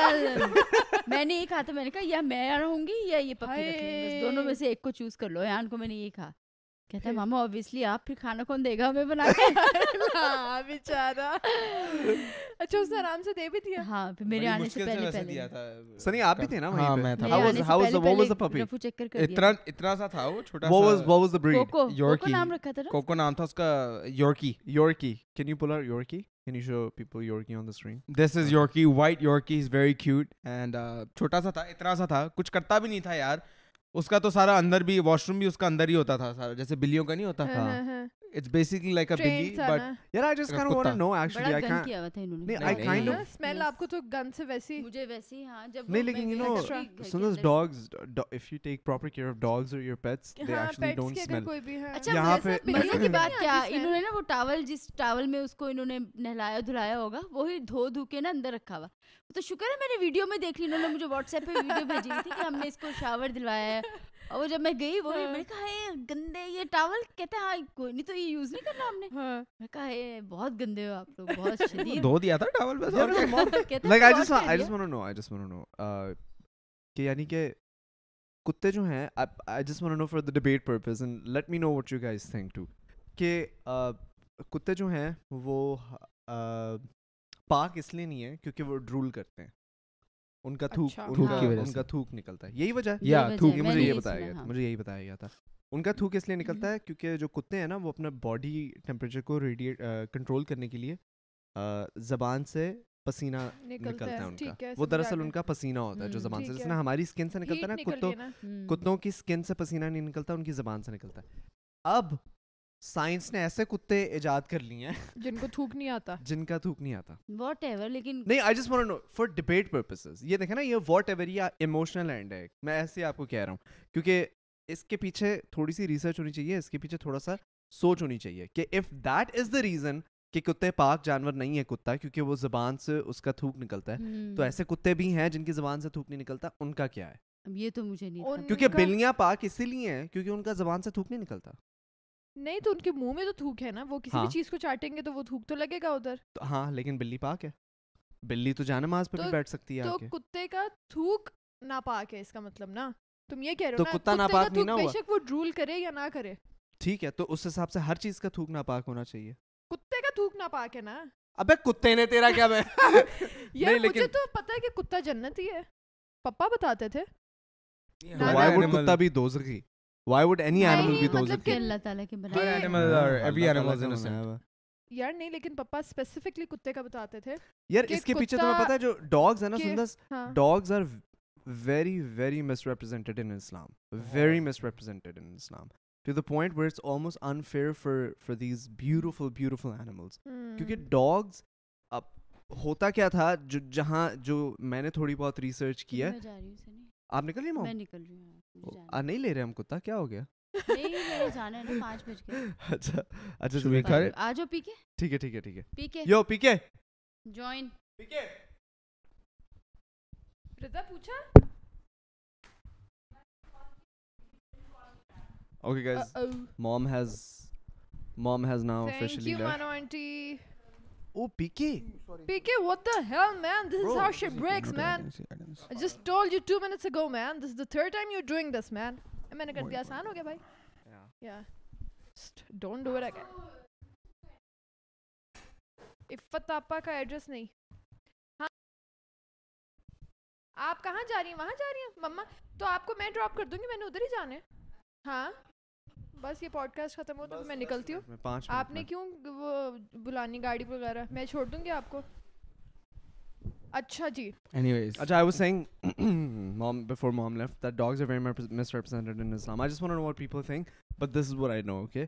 میں نے یہ کہا تھا میں نے کہا یا میں رہوں گی یا یہ پپی رکھ لیں گے دونوں میں سے ایک کو چوز کر لو ایان کو میں نے یہ کہا کہتا ہے ماما اوبیسلی آپ پھر کھانا کون دے گا ہمیں بنا ہاں بیچارہ اچھا اس نے آرام سے دے بھی دیا ہاں پھر میرے آنے سے پہلے پہلے سنی آپ بھی تھے نا ہاں میں میرے آنے سے پہلے پپی پہلے رفو چیک کر کر دیا اتنا اتنا سا تھا وہ چھوٹا What was what was the breed? Coco Coco نام رکھا تھا نا کوکو نام تھا اس کا Yorkie Yorkie. Can you pull out Yorkie? Can you show people Yorkie on the screen? This is Yorkie white Yorkie is very cute and uh, چھوٹا سا تھا اتنا سا تھا کچھ کرتا بھی نہیں تھا یار اس کا تو سارا اندر بھی واش روم بھی اس کا اندر ہی ہوتا تھا سارا جیسے بلیوں کا نہیں ہوتا ہاں، ہاں، اٹس بیسکلی لائک اے بلی but Yeah, I just kind Like a of want to kutta. know actually. بڑا I گن can't. کیا ہوا تھا انہوں نے No, I No, kind no. of. Smell ہاں، آپ کو تو گن سے ویسی مجھے ویسے ہی ہاں جب No, like you know, so those dogs. d- do- If you take proper care of dogs or your pets, they ہاں actually پیٹس don't کے اگر smell. کوئی بھی ہاں۔ ہے اچھا مزے کی بات کیا انہوں نے نا وہ ٹاول جس ٹاول میں اس کو انہوں نے نہلایا دھلایا ہوگا وہی دھو دھو کے نا اندر رکھا ہوا تو شکر ہے میں نے ویڈیو میں دیکھ لی انہوں نے مجھے واٹس ایپ پہ ویڈیو بھیجی تھی کہ ہم نے اس کو شاور دلوایا ہے اور وہ جب میں گئی وہ میں نے کہا یہ گندے یہ ٹاول کہتے ہیں ہاں کوئی نہیں تو یہ یوز نہیں کرنا ہم نے ہاں۔ میں کہا یہ بہت گندے ہو آپ لوگ بہت شدید دھو دیا تھا ٹاول بس اور کیا؟ Like I just, wa- I just want to know. I just want to know. Uh, کہ یعنی کہ کتے جو ہیں I- I just want to know for the debate purpose and let me know what you guys think too. کہ uh, کتے جو ہیں وہ uh, پاک اس لیے نہیں ہے کیونکہ وہ ڈرول کرتے ہیں ان کا تھوک अच्छा। ان थूक का की वजह ان से। کا تھوک نکلتا ہے یہی وجہ ہے Yeah, یہ مجھے یہ بتایا گیا ہاں۔ تھا مجھے یہی بتایا گیا تھا ان کا تھوک اس لیے نکلتا ہے کیونکہ جو کتے ہیں نا وہ اپنا باڈی ٹیمپریچر کو ریڈیٹ کنٹرول کرنے کے لیے uh, زبان سے پسینہ نکلتا ہے ان کا وہ دراصل ان کا پسینہ ہوتا ہے جو زبان سے جس نے ہماری اسکن سے نکلتا ہے نا کتوں کتوں کی اسکن سے پسینہ نہیں نکلتا ان کی زبان سے نکلتا ہے اب سائنس نے ایسے کتے ایجاد کر لیے ہیں جن کو تھوک نہیں آتا جن کا تھوک نہیں آتا واٹ ایور لیکن نہیں I just want know for debate purposes یہ دیکھیں نا یہ واٹ ایور یہ ایموشنل اینڈ ہے ایک. میں ایسے ہی آپ کو کہہ رہا ہوں کیونکہ اس کے پیچھے تھوڑی سی ریسرچ ہونی چاہیے اس کے پیچھے تھوڑا سا سوچ ہونی چاہیے کہ if that is the reason کہ کتے پاک جانور نہیں ہے کتا کیونکہ وہ زبان سے اس کا تھوک نکلتا ہے تو ایسے کتے بھی ہیں جن کی زبان سے تھوک نہیں نکلتا ان کا کیا ہے یہ تو مجھے نہیں کیونکہ بلیاں پاک اسی لیے ہیں کیونکہ ان کا زبان سے تھوک نہیں نکلتا نہیں تو ان کے منہ میں تو تھوک ہے نا وہ کسی بھی हाँ। چیز کو چاٹیں گے تو وہ تھوک تو لگے گا ادھر तो- ہاں، हाँ लेकिन बिल्ली पाक है बिल्ली तो जानमाज पे भी तो- बैठ सकती है تو आके کتے کا تھوک ناپاک ہے اس کا مطلب نا تم یہ کہہ رہے तो ہو نا कुत्ता कुत्ते का नापाक नहीं थूक ना بے हुआ। शक वो ड्रूल करे या ना करे ठीक है तो उस हिसाब से हर चीज का थूक नापाक होना चाहिए कुत्ते का थूक नापाक है ना अबे कुत्ते ने तेरा क्या बे- यार मुझे लेकिन- तो पता है कि कुत्ता जन्नती है पपा बताते थे हर Why why would would animal- kutta be dozakhee? Why would any animal नहीं, be मतलब dozakhee? कि- مطلب کہ اللہ تعالیٰ کے हर ये- بنا animal हाँ, or अल्लाह every ताला animal is से innocent. बनाया हुआ है। यार नहीं लेकिन पपा स्पेसिफिकली कुत्ते का बताते थे यार कि इसके पीछे तुम्हें कुत्ता पता है जो डॉग्स है ना के- सुंदर हाँ ہاں۔ Dogs are very very misrepresented in Islam very misrepresented in Islam to the point where it's almost unfair for for these beautiful beautiful animals क्योंकि Mm. क्योंकि डॉग्स अब होता क्या था जो जहाँ जो मैंने थोड़ी बहुत रिसर्च की है میں جا رہی ہوں سنی आप निकल रही میں मॉम نکل رہی ہوں مجھے आ, جانا नहीं ले रहे हम कुत्ता क्या हो गया ہے۔ نہیں میرے جانا ہے نا، پانچ بج گئے अच्छा अच्छा Should we चलो, cut it? آ جاؤ پی کے ठीक है ठीक है ठीक है پی کے यो पीके جوائن रिदा पूछा Okay, guys. mom has, mom has now thank officially you left. मानो aunty Oh, PK. PK, what the hell, man? This is Bro, how shit breaks, man. I just told you two minutes ago, man. This is the third time you're doing this, man. And मैंने कर दिया आसान हो गया भाई. Yeah. Just don't do it again. Iffat आपा का address नहीं हाँ आप कहाँ जा रही हैं वहाँ जा रही हैं मम्मा तो आपको मैं ड्रॉप कर दूंगी मैंने उधर ही जाना है हाँ बस ये पॉडकास्ट खत्म हो तो मैं निकलती हूँ मैं पाँच मिनट आपने में- क्यों वो बुलानी गाड़ी वगैरह मैं छोड़ दूंगी आपको अच्छा जी Anyways. अच्छा, I was saying, mom before mom left that dogs are very mis- misrepresented in Islam. I just want to know what people think, but this is what I know. Okay,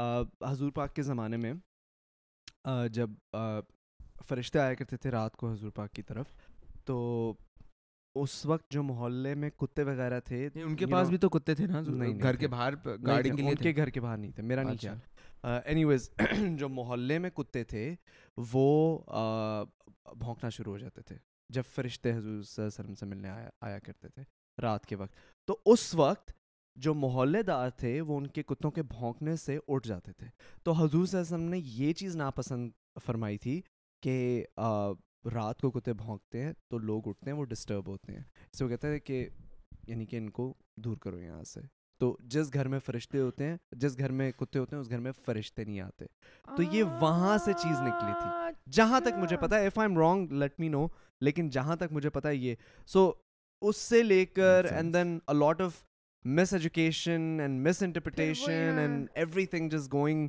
uh, हजूर पाक के ज़माने में uh, जब uh, फरिश्ते आया करते थे रात को हजूर पाक की तरफ तो उस वक्त जो मोहल्ले में कुत्ते वगैरह थे नहीं, उनके you पास know- भी तो कुत्ते थे ना जो नहीं, नहीं घर थे। के बाहर प- नहीं गार्डन थे, के लिए उनके थे। घर के बाहर नहीं थे मेरा नहीं अच्छा। ख्याल एनी वेज जो मोहल्ले में कुत्ते थे वो uh, भौंकना शुरू हो जाते थे जब फरिश्ते हजूर सरम से मिलने आया आया करते थे रात के वक्त तो उस वक्त जो मोहल्लेदार थे वो उनके कुत्तों के भौंकने से उठ जाते थे तो हजूर सरम ने ये चीज़ नापसंद फरमाई थी कि uh, रात को कुत्ते भौंकते हैं तो लोग उठते हैं वो डिस्टर्ब होते हैं इसलिए वो कहते हैं कि यानी कि इनको दूर करो यहाँ से तो जिस घर में फरिश्ते होते हैं जिस घर में कुत्ते होते हैं उस घर में फरिश्ते नहीं आते तो ये वहाँ से चीज़ निकली थी। जहाँ तक मुझे अच्छा। पता है if I am wrong let me know लेकिन जहाँ तक मुझे पता है ये सो उससे लेकर Makes and then a lot of miseducation and mis यहाँ- interpretation and everything just going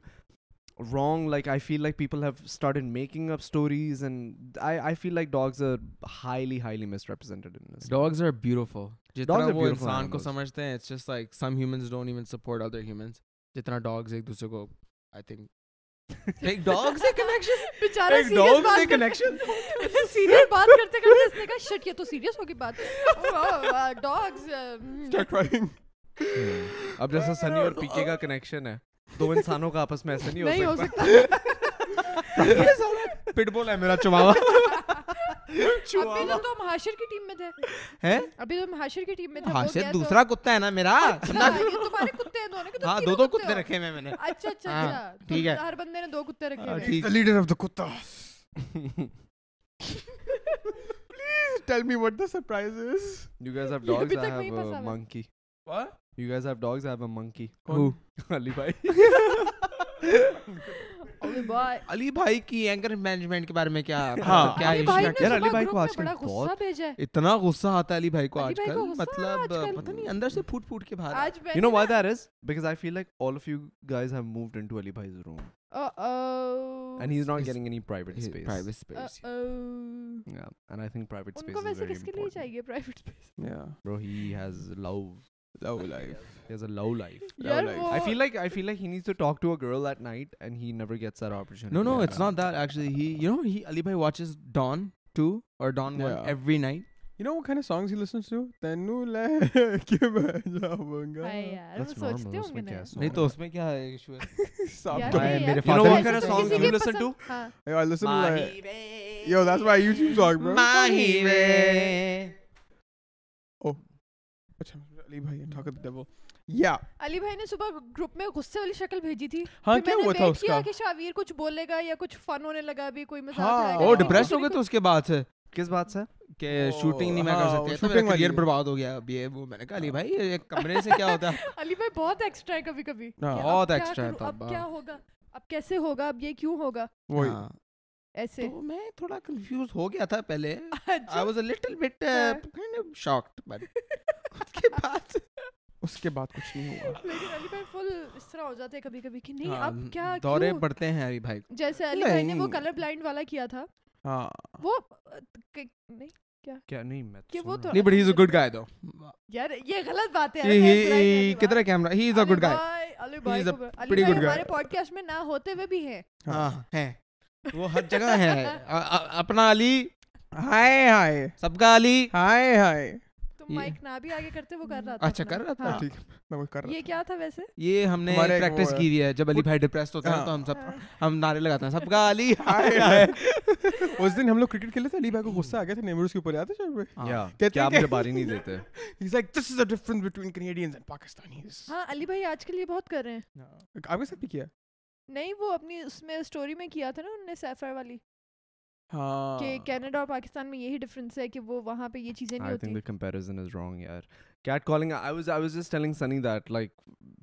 wrong like i feel like people have started making up stories and i i feel like dogs are highly highly misrepresented in this Dogs are beautiful. जितना are वो beautiful इंसान को animals. समझते हैं it's just like some humans don't even support other humans. जितना dogs एक दूसरे को I think एक dog से connection बेचारा एक serious dog बात से कर- connection serious बात करते करते इसने कहा shit ये तो serious Oh, होगी बात uh, डॉग्स hmm, अब जैसा सनी और पीके का कनेक्शन है दो इंसानों का आपस में ऐसा नहीं नहीं हो हो सकता सकता pitbull है मेरा chihuahua अभी तो तुम हाशिर की टीम में थे है ¿Eh? अभी तुम हाशिर की टीम में थे वो हाशिर गया तो- दूसरा कुत्ता है ना मेरा अच्छा, ये तुम्हारे कुत्ते हैं दोनों के तुम Ah, हाँ तीनों दो दो कुत्ते कुत्ते हो। रखे हुए हैं मैंने अच्छा अच्छा हाँ, अच्छा तो ठीक है। हर बंदे ने दो कुत्ते Ah, रखे हाँ, हुए हैं। ठीक है लीडर ऑफ द कुत्ता Tell me what the surprise is. You guys have ये dogs. अभी I तक have नहीं a फंसा हुआ। monkey. You guys have dogs. I have a monkey. Who? Ali bhai. अरे भाई अली भाई की एंकर मैनेजमेंट के बारे में क्या हाँ। क्या अली issue भाई है? ने यार, अली सुबह भाई को आजकल group में बड़ा गुस्सा बहुत- भेजा है इतना गुस्सा आता है अली भाई को अली भाई को आजकल गुस्सा आ रहा है मतलब आजकल। पता नहीं अंदर से फूट फूट के बाहर आज You know why that is? Because I feel like all of you guys have moved into Ali bhai's room, and he's not His- getting any private His space. private space उनको Yeah, and I think private space is वैसे very किसके लिए important. चाहिए private space या Bro, he has low. Love life He has a low life. यार like- वो I feel like I feel like he needs to talk to a girl at night, and he never gets that opportunity. No, no, at it's all. not that actually. He, you know, he Ali Bhai watches Dawn two or Dawn one Yeah. every night. You know what kind of songs he listens to? तेनू ले के मैं जाऊंगा हाय यार वो That's normal, सोचते उसमें क्या होंगे ना है? नहीं तो उसमें क्या है issue है? Stop यार, talking. ये भाई, यार, मेरे father- ऐसा What kind of तो songs किसी you के listen to? पसंद- हाँ, Yo, I listen to like, Yo, that's my Eh. YouTube song, bro. Mahi Re. अच्छा, Ali Bhai talk the devil یا علی بھائی نے صبح گروپ میں غصے والی شکل بھیجی تھی ہاں پھر کیا میں نے ہوا تھا wait اس کیا کا کہ شاویر کچھ بولے گا یا کچھ فن ہونے لگا بھی کوئی مزاق ہاں، اڑائے گا، وہ وہ لیکن ڈپریس کسی ہو گئے کو- تو اس کے بعد سے کس بات سے کہ شوٹنگ نہیں میں کر سکتے تو میرا کیریئر برباد ہو گیا اب یہ وہ میں نے کہا علی بھائی ایک کمرے سے کیا ہوتا ہے علی بھائی بہت ایکسٹرا ہے کبھی کبھی کہ اب بہت کیا extra ہے کروں، تو اب اب- کیا ہوگا اب کیسے ہوگا اب یہ کیوں ہوگا وہی ایسے تو میں تھوڑا کنفیوز ہو گیا تھا پہلے اچھا، I was a little bit ہاں۔ شاکڈ بٹ اس کے بعد اس کے بعد کچھ نہیں ہوا لیکن علی بھائی فل اس طرح ہو جاتے ہیں کبھی کبھی کہ نہیں ہاں، اب کیا دورے کیوں؟ پڑتے ہیں علی بھائی جیسے علی بھائی نے وہ نہیں۔ کلر بلائنڈ والا کیا تھا ہاں وہ اہ، کہ- نہیں کیا نہیں میں کہ وہ تو نہیں but he is a good guy though یار یہ غلط بات ہے یار، میں برائی نہیں ہی علی کتنا Bhai. Camera he is a Ali good guy Bhai, Ali بھائی is a کو- علی pretty بھائی good guy. ہمارے پوڈ کاسٹ میں نہ ہوتے ہوئے بھی ہیں ہاں ہیں وہ ہر جگہ ہے اپنا علی ہائے ہائے سب کا علی ہائے ہائے تو یہ- مائک نہ بھی آگے کرتے وہ کر رہا تھا اچھا اپنا۔ کر رہا تھا ہاں۔ ٹھیک میں وہ کر یہ رہا کیا تھا ویسے یہ ہم نے ہمارا ایک پریکٹس وہ ہے۔ کی ہوئی ہے جب علی بھائی ڈپریسڈ ہوتا ہے تو ہم سب ہاں۔ ہم نعرے لگاتے ہیں سب کا علی ہاں۔ ہائے ہائے اس دن ہم لوگ کرکٹ کھیلے تھے علی بھائی کو غصہ آ گیا تھا نیمرز کے اوپر یاد ہے شاید کیا مجھے باری نہیں دیتے He's like, this is the difference between Canadians and Pakistanis. ہاں علی بھائی آج کے لیے بہت کر رہے ہیں آپ کے ساتھ بھی کیا نہیں وہ اپنی اس میں اسٹوری میں کیا تھا نا انہوں نے سیفر والی ہاں کہ کینیڈا اور پاکستان میں یہی ڈفرینس ہے کہ وہ وہاں پہ یہ چیزیں نہیں I ہوتی think the comparison is wrong, yeah. Cat calling. I was I was just telling Sunny that like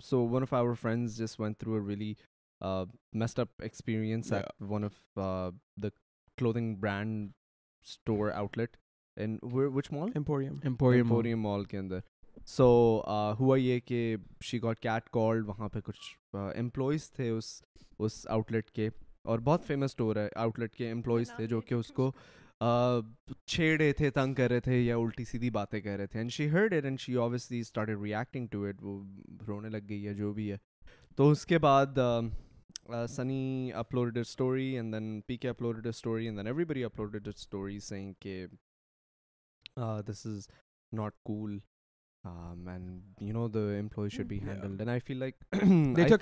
so one of our friends just went through a really uh messed up experience Yeah. at one of uh the clothing brand store outlet in where which mall? Emporium. Emporium Emporium Mall کے اندر سو ہوا یہ کہ she got cat called وہاں پہ کچھ employees تھے اس اس out late کے اور بہت فیمس اسٹور ہے آؤٹ لیٹ کے امپلائیز تھے جو کہ اس کو چھیڑے تھے تنگ کر رہے تھے یا الٹی سیدھی باتیں کر رہے تھے and she heard it and she obviously started reacting to it وہ رونے لگ گئی ہے جو بھی ہے تو اس کے بعد Sunny uploaded story and then P K uploaded story and then everybody uploaded story saying that this is not cool Um, and you know the employee should be handled and I feel like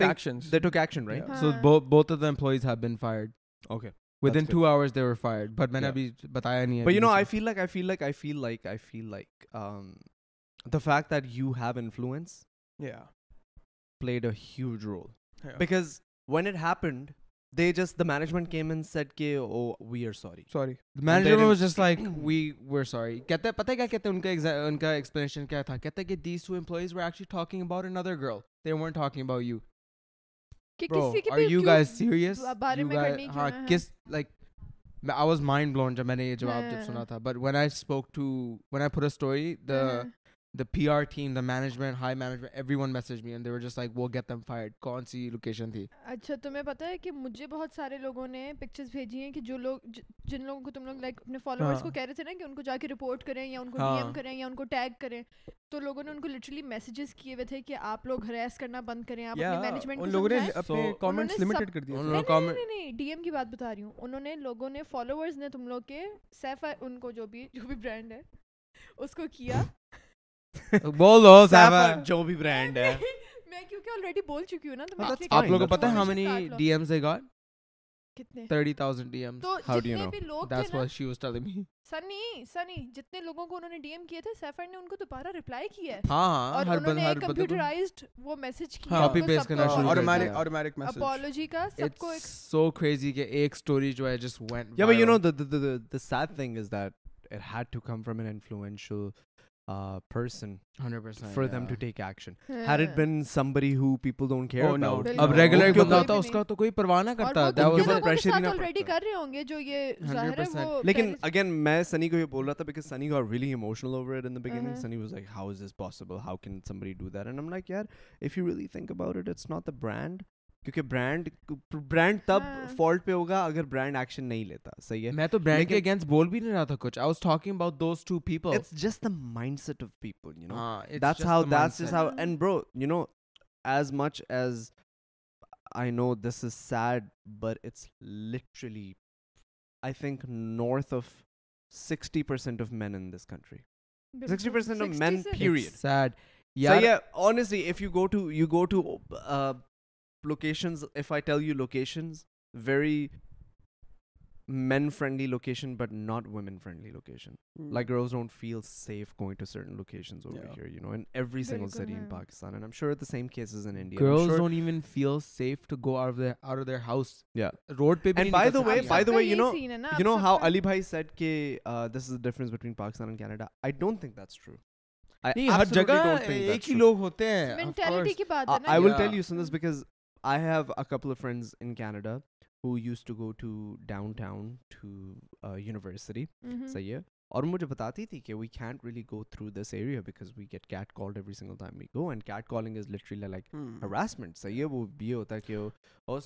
actions. They took action, right? Yeah. So ہاں۔ Both of the employees have been fired Okay. Within That's two hours they were fired but میں نے Yeah. ابھی بتایا نہیں ہے But you know, I feel like I feel like I feel like I feel like um the fact that you have influence Yeah. played a huge role. Yeah. Because when it happened, they just the management came and said ke, oh we are sorry. Sorry. Manager didn't- was just like we were sorry کہتے پتہ ہے کیا کہتے ہیں ان کا exa- ان کا ایکسپلینیشن کیا تھا کہتے ہیں کہ these two employees were actually talking about another girl they weren't talking about you کہ bro کسی کے are بھی you کیوں- guys serious ب- بارے You میں guys- کرنی کیوں ہاں ہے، ہاں۔ کس like I was mind blown جب میں نے یہ جواب جب ہاں۔ سنا تھا but when I spoke to when I put a story the ہاں۔ the PR team the management high management everyone messaged me and they were just like we'll get them fired کون سی location تھی اچھا تمہیں پتا ہے کہ مجھے بہت سارے لوگوں نے پکچرز بھیجی ہیں کہ جو لوگ ج- جن لوگوں کو تم لوگ لائک اپنے فالوورس کو ہاں۔ کہہ رہے تھے نا کہ ان کو جا کے رپورٹ کریں یا ان کو ہاں۔ ڈی ایم کریں یا ان کو ٹیگ کریں تو لوگوں نے ان کو لٹرلی میسیجز کیے ہوئے تھے کہ آپ لوگ ہراس کرنا بند کریں آپ Yeah. اپنی مینجمنٹ کو ان لوگوں نے سمجھائیں۔ اپنے comments limited کر ان دیے لوگوں نہیں تھے۔ نہیں، نہیں نہیں ڈی ایم کی بات بتا رہی ہوں انہوں نے لوگوں نے فالوورز نے تم لوگ کے سیف ان کو جو بھی جو بھی برانڈ ہے اس کو کیا بول دو Sapphire, جو بھی brand ہے. میں کیونکہ آلریڈی بول چکی ہوں نا تو Oh, میں that's اس لیے آپ fine, لوگوں that's کو پتہ ہے how fine. many caught love. DMs they got کتنے 30,000 DMs تو How do you جتنے know? بھی لوگ that's تھے نا what she was telling me سنی سنی جتنے لوگوں کو انہوں نے ڈی ایم کیے تھے سیفر نے ان کو دوبارہ رپلائی کیا ہے ہاں ہاں اور ہر انہوں بند نے ہر ایک بند کمپیوٹرائزڈ وہ میسج ہاں، کیا copy paste کرنا شروع کر Automatic, automatic message. اپالوجی کا سب کو ایک it's so crazy کہ ایک story جو ہے just went Yeah, but you viral. know the the, the the the sad thing is that it had to come from an influential uh person 100% for them yeah. to take action. Had it been somebody who people don't care Oh, no. about, Bilkul. اب No. Regular ان ایک کے بندہ کوئی ہوتا بھی اس کا تو کوئی پرواہ نہ اور کرتا وہ that کتنے کتنے was لوگوں کو لوگوں a- کے pressure ہی ساتھ نہ آلریڈی پڑتا۔ کر رہے ہوں گے جو یہ ظاہر ہے 100% وہ لیکن پہلے سے- اگین میں سنی کو یہ بول رہا تھا because Sunny got really emotional over it in the beginning Uh-huh. Sunny was like how is this possible how can somebody do that and I'm like یار if you really think about it it's not the brand کیونکہ brand brand تب ہاں۔ Fault پہ ہوگا اگر brand action نہیں لیتا صحیح ہے میں تو برانڈ کے لیکن- اگینسٹ بول بھی نہیں رہا تھا کچھ I was talking about those two people it's just the mind set of people you know ہاں that's how that's just how mindset. and bro you know as much as i know this is sad but it's literally i think north of 60% of men in this country بالکل، 60% of 60 men سے- period. Said yeah so یار yeah honestly if you go to you go to uh locations if i tell you locations very men friendly location, but not women friendly location. Like girls don't feel safe going to certain locations over Yeah. here, you know, in every single बिल्कुल, city in हाँ। Pakistan, and I'm sure the same case is in India. I'm girls sure- don't even feel safe to go out of their out of their house. Yeah. Road pe bhi And nahi by nikal the way, sakte by आप. the way, you know, scene है ना you know आप how सबका- Ali Bhai said कि, uh, this is the difference between Pakistan and Canada. I don't think that's true. I नहीं हर absolutely जगह don't think that's एक ही true. लोग होते हैं of mentality course. की बात I, है ना I ये। will tell Yeah. you, Sundas, because I have a couple of friends in Canada who used to go to downtown to uh, university. Mhm. صحیح ہے اور مجھے بتاتی تھی کہ we can't really go through this area because we get cat called every single time we go and cat calling is literally like Hmm. Harassment صحیح ہے وہ یہ ہوتا ہے کہ وہ- وہ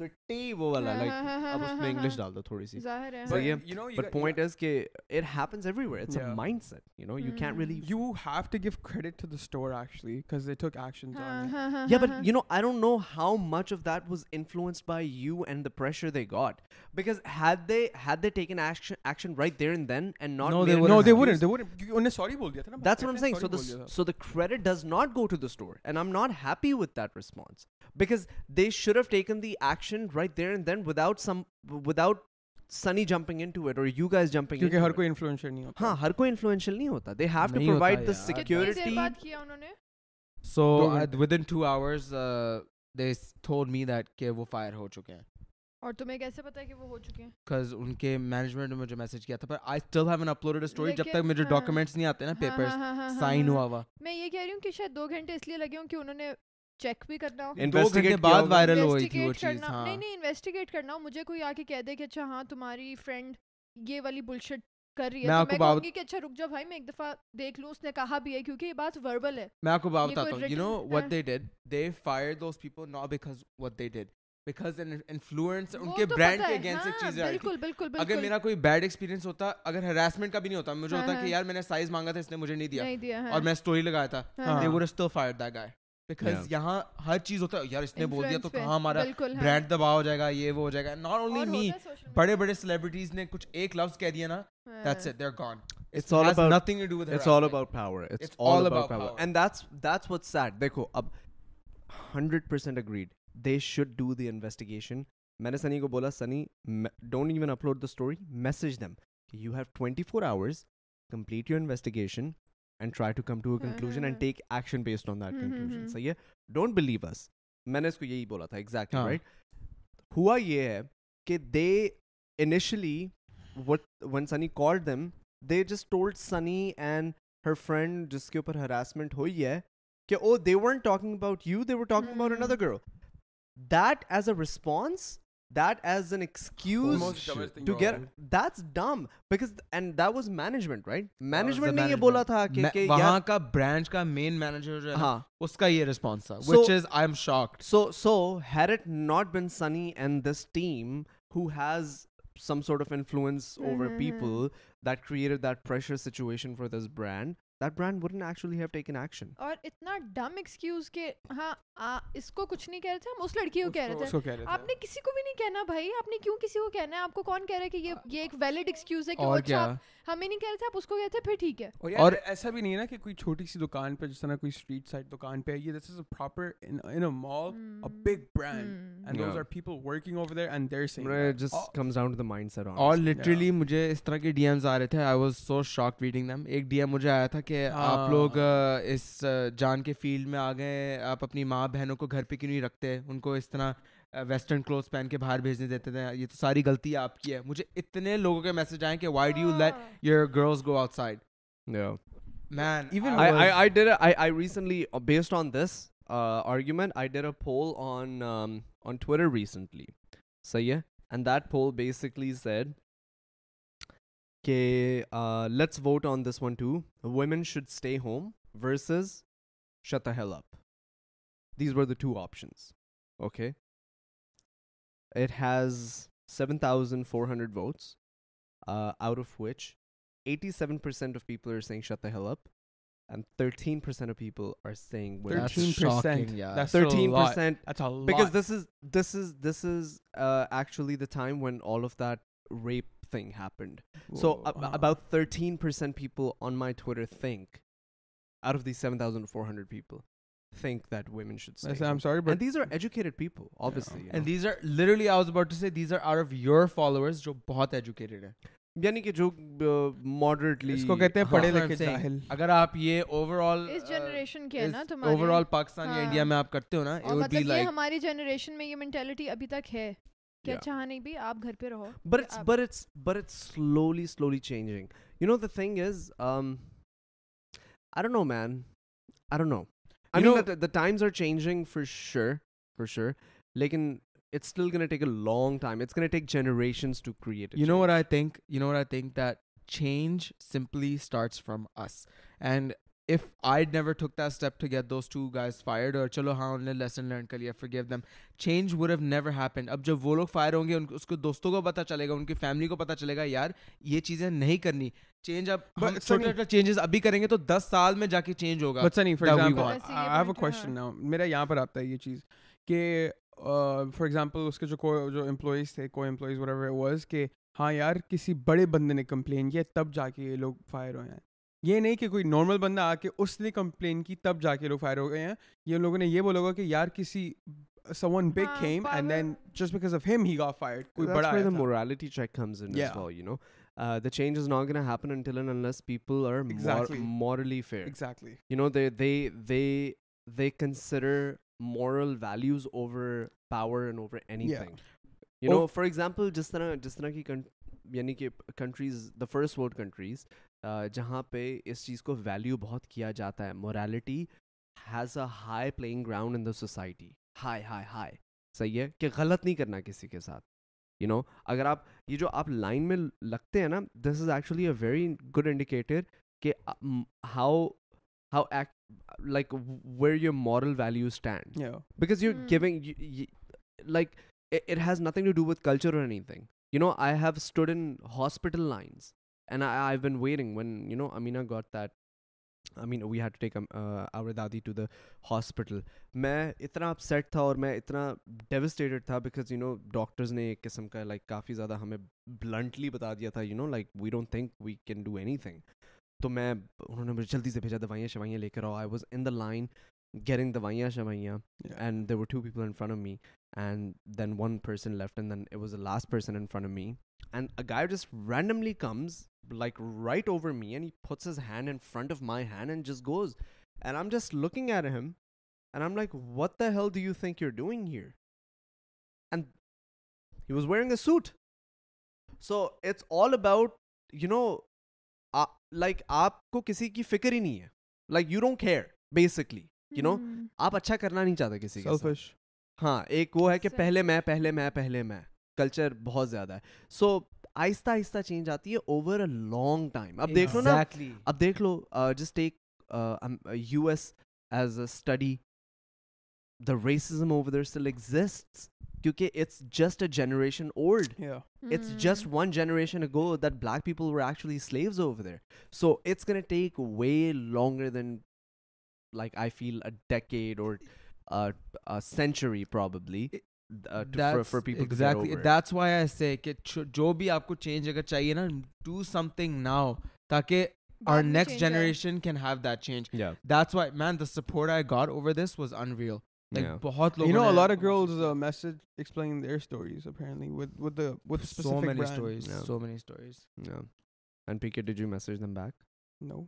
سٹی وہ والا ہاں، لائک ہاں، ہاں، اب ہاں، اس ہاں، میں انگلش ہاں۔ ڈال دو تھوڑی سی ظاہर है So हाँ। yeah, you know, you but got- point is کہ it happens everywhere it's a Yeah. Mind set you know you can't Hmm. Really you have to give credit to the store actually because they took actions हाँ, on it. हाँ, हाँ, Yeah, हाँ, but हाँ। you know, I don't know how much of that was influenced by you and the pressure they got. Because had they had they taken action action right there and then and not No, made they an wouldn't No, they have. excuse- wouldn't. They wouldn't. You- उन्हें sorry बोल दिया था ना, but That's what I'm उन्हें saying. So sorry the बोल s- दिया था। so the credit does not go to the store, and I'm not happy with that response because they should have taken the action right there and then without some without Sunny jumping into it or you guys jumping क्योंकि into her it. कोई influencer नहीं होता हाँ हर कोई influential नहीं होता they have to नहीं होता provide the यार। कितनी देर security बाद किया उन्होंने So Go uh, ahead. within two hours, uh, they s- told me that कि वो fire हो चुके हैं. और तुम्हें कैसे पता है कि वो हो चुके हैं Because उनके मैनेजमेंट ने मुझे मैसेज किया था पर I still haven't uploaded a story जब लेकिन- तक मुझे हाँ। डॉक्यूमेंट्स नहीं आते ना हाँ, हाँ, पेपर्स हाँ, हाँ, हाँ, साइन हाँ। हुआ हुआ मैं ये कह रही हूँ कि शायद दो घंटे इसलिए लगे हों कि उन्होंने चेक भी करना हो दो Investigate घंटे किया बाद होगा। वायरल हुई थी वो Investigate चीज करना- हाँ नहीं नहीं इन्वेस्टिगेट करना हो मुझे कोई आके कह दे कि अच्छा हाँ तुम्हारी फ्रेंड ये वाली बुलशिट कर रही है मैं तो आपको मैं बात- कहूंगी कि अच्छा रुक जाओ भाई मैं एक दफा देख लूं उसने कहा भी है क्योंकि ये बात वर्बल है मैं आपको बात ये कोई बताता हूँ यू written- नो व्हाट हाँ। They did they fired those people not because what they did because an influence वो उनके तो ब्रांड पता के है, अगेंस्ट एक हाँ, चीज है बिल्कुल बिल्कुल अगर बिल्कुल मेरा कोई बैड एक्सपीरियंस होता अगर हरासमेंट का भी नहीं होता मुझे हाँ, होता कि हाँ। यार मैंने साइज मांगा था इसने मुझे नहीं दिया नहीं दिया और मैं स्टोरी लगाया था हाँ। they would have still fired that guy because Yeah. यहाँ हर चीज होता है यार इसने बोल दिया तो कहाँ हमारा बिल्कुल हाँ। ब्रांड दबाव हो जाएगा ये वो हो जाएगा नॉट और ओनली होता मी है social media, बड़े बड़े सेलिब्रिटीज ने कुछ एक लफ्ज कह दिया ना ہاں۔ दैट्स हाँ। It they are gone It's all about- nothing to do with It's all harassment. about power. It's, It's all, all about, about power. power. And that's that's what's sad. Dekho, ab 100% agreed. They should do the investigation. मैंने सनी को बोला Sunny don't even upload the story message them you have 24 hours complete your investigation and try to come to a हाँ, हाँ, conclusion and हाँ। Take action based on that hmm, hmm, conclusion hmm. सही है don't believe us मैंने इसको यही बोला था एग्जैक्टली हाँ। राइट हुआ ये है कि they initially what when Sunny called them, they just told Sunny and her friend जिसके ऊपर harassment हुई है कि oh they weren't talking about you, they were talking about another girl. That as a response, that as an excuse Most dumbest thing to of get all. that's dumb because and that was management, right? The Management ने ये बोला था कि मैं- कि वहाँ यार का ब्रांड का मेन मैनेजर जो है ना, हाँ उसका ये रिस्पॉन्स था So- which is I am shocked So, so had it not been Sunny and this team who has some sort of influence over Mhm, people that created that pressure situation for this brand, that brand wouldn't actually have taken action. और इतना डम excuse के हाँ आ, इसको कुछ नहीं कह रहे थे हम उस लड़की को कह उसको- रहे थे उसको कह रहे थे। आपने किसी को भी नहीं कहना भाई आपने क्यों किसी को कहना है आपको कौन कह रहा है कि ये ये एक वैलिड एक्सक्यूज है कि वो और अच्छा क्या आप- हमें नहीं कह रहे थे आप उसको कहते फिर ठीक है और यार और- ऐसा भी नहीं है ना कि कोई छोटी सी दुकान पे जिस तरह कोई स्ट्रीट साइड दुकान पे है, ये this is a proper in in a mall a big brand hmm. And those Yeah. Are people working over there and they are saying It just comes down to the mindset on. और literally मुझे इस तरह के DMs आ रहे थे I was so shocked reading them एक DM मुझे आया था कि आप हाँ। लोग अ, इस अ, जान के फील्ड में आ गए आप अपनी माँ बहनों को घर पे क्यों नहीं रखते उनको इस तरह वेस्टर्न क्लोथ पहन के बाहर भेजने देते थे ये तो सारी गलती आपकी है मुझे इतने लोगों के मैसेज आए कि व्हाई डू यू लेट हाँ। Your girls go outside yeah. Man Even I, I, I did a, I, I recently uh, based on this uh, argument I did a poll on um, on Twitter recently. So yeah, and that poll basically said, "Okay, uh, let's vote on this one too. Women should stay home versus shut the hell up." These were the two options. Okay. It has seven thousand four hundred votes, uh, out of which eighty-seven percent of people are saying shut the hell up, and thirteen percent of people are saying women That's 13%. shocking, yeah. That's still a thirteen lot. percent That's a lot. because this is this is this is uh, actually the time when all of that rape thing happened. So ab- Whoa. about thirteen percent people on my Twitter think out of these seven thousand four hundred people think that women should stay. I said, home. I'm sorry, and but these are educated people, obviously. you And know. these are literally I was about to say these are out of your followers जो बहुत educated हैं यानी कि जो moderately इसको कहते हैं हाँ, पढ़े that's what I'm लिखे saying. जाहिल अगर आप ये overall इस जनरेशन के है ना तुम्हारे ओवरऑल पाकिस्तान या हाँ। इंडिया में आप करते हो ना it और would be मतलब ये like हमारी जनरेशन में ये मेंटेलिटी अभी तक है कि Yeah. अच्छा हाँ नहीं भी आप घर पे रहो But it's up. but it's but it's slowly slowly changing. You know the thing is, um, I don't know, man. I don't know. I You mean know- the, the times are changing for sure, for sure. Like in, it's still gonna take a long time. It's gonna take generations to create. A you know what change. I think? You know what I think? That change simply starts from us. And if I'd never took that step to get those two guys fired or chalo haan unne lesson learned kar liya forgive them change would have never happened अब जब वो लोग fire होंगे उनको उसको दोस्तों को पता चलेगा उनकी family को पता चलेगा यार ये चीजें नहीं करनी change अब But हम it's छोटे only- छोटे changes अभी करेंगे तो 10 साल में जाके change होगा But Sunny, for that we example, I, want. That's ये I have a point है, question now. मेरा यहाँ पर आता है ये चीज़ कि uh, for example उसके जो को जो employees थे co employees whatever it was कि हाँ यार किसी बड़े बंदे ने complain किया तब जाके ये लोग fire हुए हैं ये नहीं कि कोई नॉर्मल बंदा आके उसने complain की तब जाके ये लोग फायर हो गए हैं ये लोगों ने ये बोला होगा कि यार किसी someone big हाँ, came and then just because of him he got fired कोई That's बड़ा where आया the था morality check comes in as Yeah. well. You know, uh, the change is not gonna happen until and unless people are Exactly. mor- morally fair. exactly You know, they they they they consider moral values over power and over anything. You Oh. know, for example, जिस तरह जिस तरह की कं- यानी कि countries, the first world countries, uh, जहाँ पे इस चीज़ को value बहुत किया जाता है, morality has a high playing ground in the society. High, high, high. सही है कि गलत नहीं करना किसी के साथ. You know, अगर आप ये जो आप लाइन में ल- लगते हैं ना, this is actually a very good indicator कि आ- म- how how act like where your moral values stand yeah because you're Mm. giving you, you, like it, it has nothing to do with culture or anything you know i have stood in hospital lines and I, i've been waiting when you know amina got that I mean, we had to take um, uh, our dadi to the hospital. मैं इतना upset था और मैं इतना devastated था because you know doctors ने एक किस्म का like काफ़ी ज़्यादा हमें bluntly बता दिया था you know like we don't think we can do anything. तो मैं उन्होंने मुझे जल्दी से भेजा दवाइयाँ शवाइयाँ लेकर आओ. I was in the line getting दवाइयाँ शवाइयाँ yeah and there were two people in front of me and then one person left and then it was the last person in front of me and a guy just randomly comes like right over me and he puts his hand in front of my hand and just goes and i'm just looking at him and i'm like what the hell do you think you're doing here and he was wearing a suit so it's all about you know uh, like aapko kisi ki fikr hi nahi hai like you don't care basically you know आप अच्छा करना नहीं चाहते किसी के साथ selfish हाँ एक वो है कि Selfish. पहले मैं पहले मैं पहले मैं कल्चर बहुत ज्यादा है सो आहिस्ता आहिस्ता चेंज आती है ओवर अ लॉन्ग टाइम अब देख लो ना exactly. अब देख लो just take U S as a study the racism over there still exists क्योंकि it's just a generation old yeah it's just one generation ago that black people were actually slaves over there so it's going to take way longer than like i feel a decade or uh, a century probably I- uh, to, for, for That's people exactly to get over it. that's why i say कि जो- जो भी आपको change अगर चाहिए ना do something now ताकि our next generation can have that change yeah that's why man the support i got over this was unreal like Yeah. बहुत you लोगों know a ने- lot of girls uh, message explaining their stories apparently with with the with so specific many brand. stories Yeah. so many stories yeah and pk did you message them back no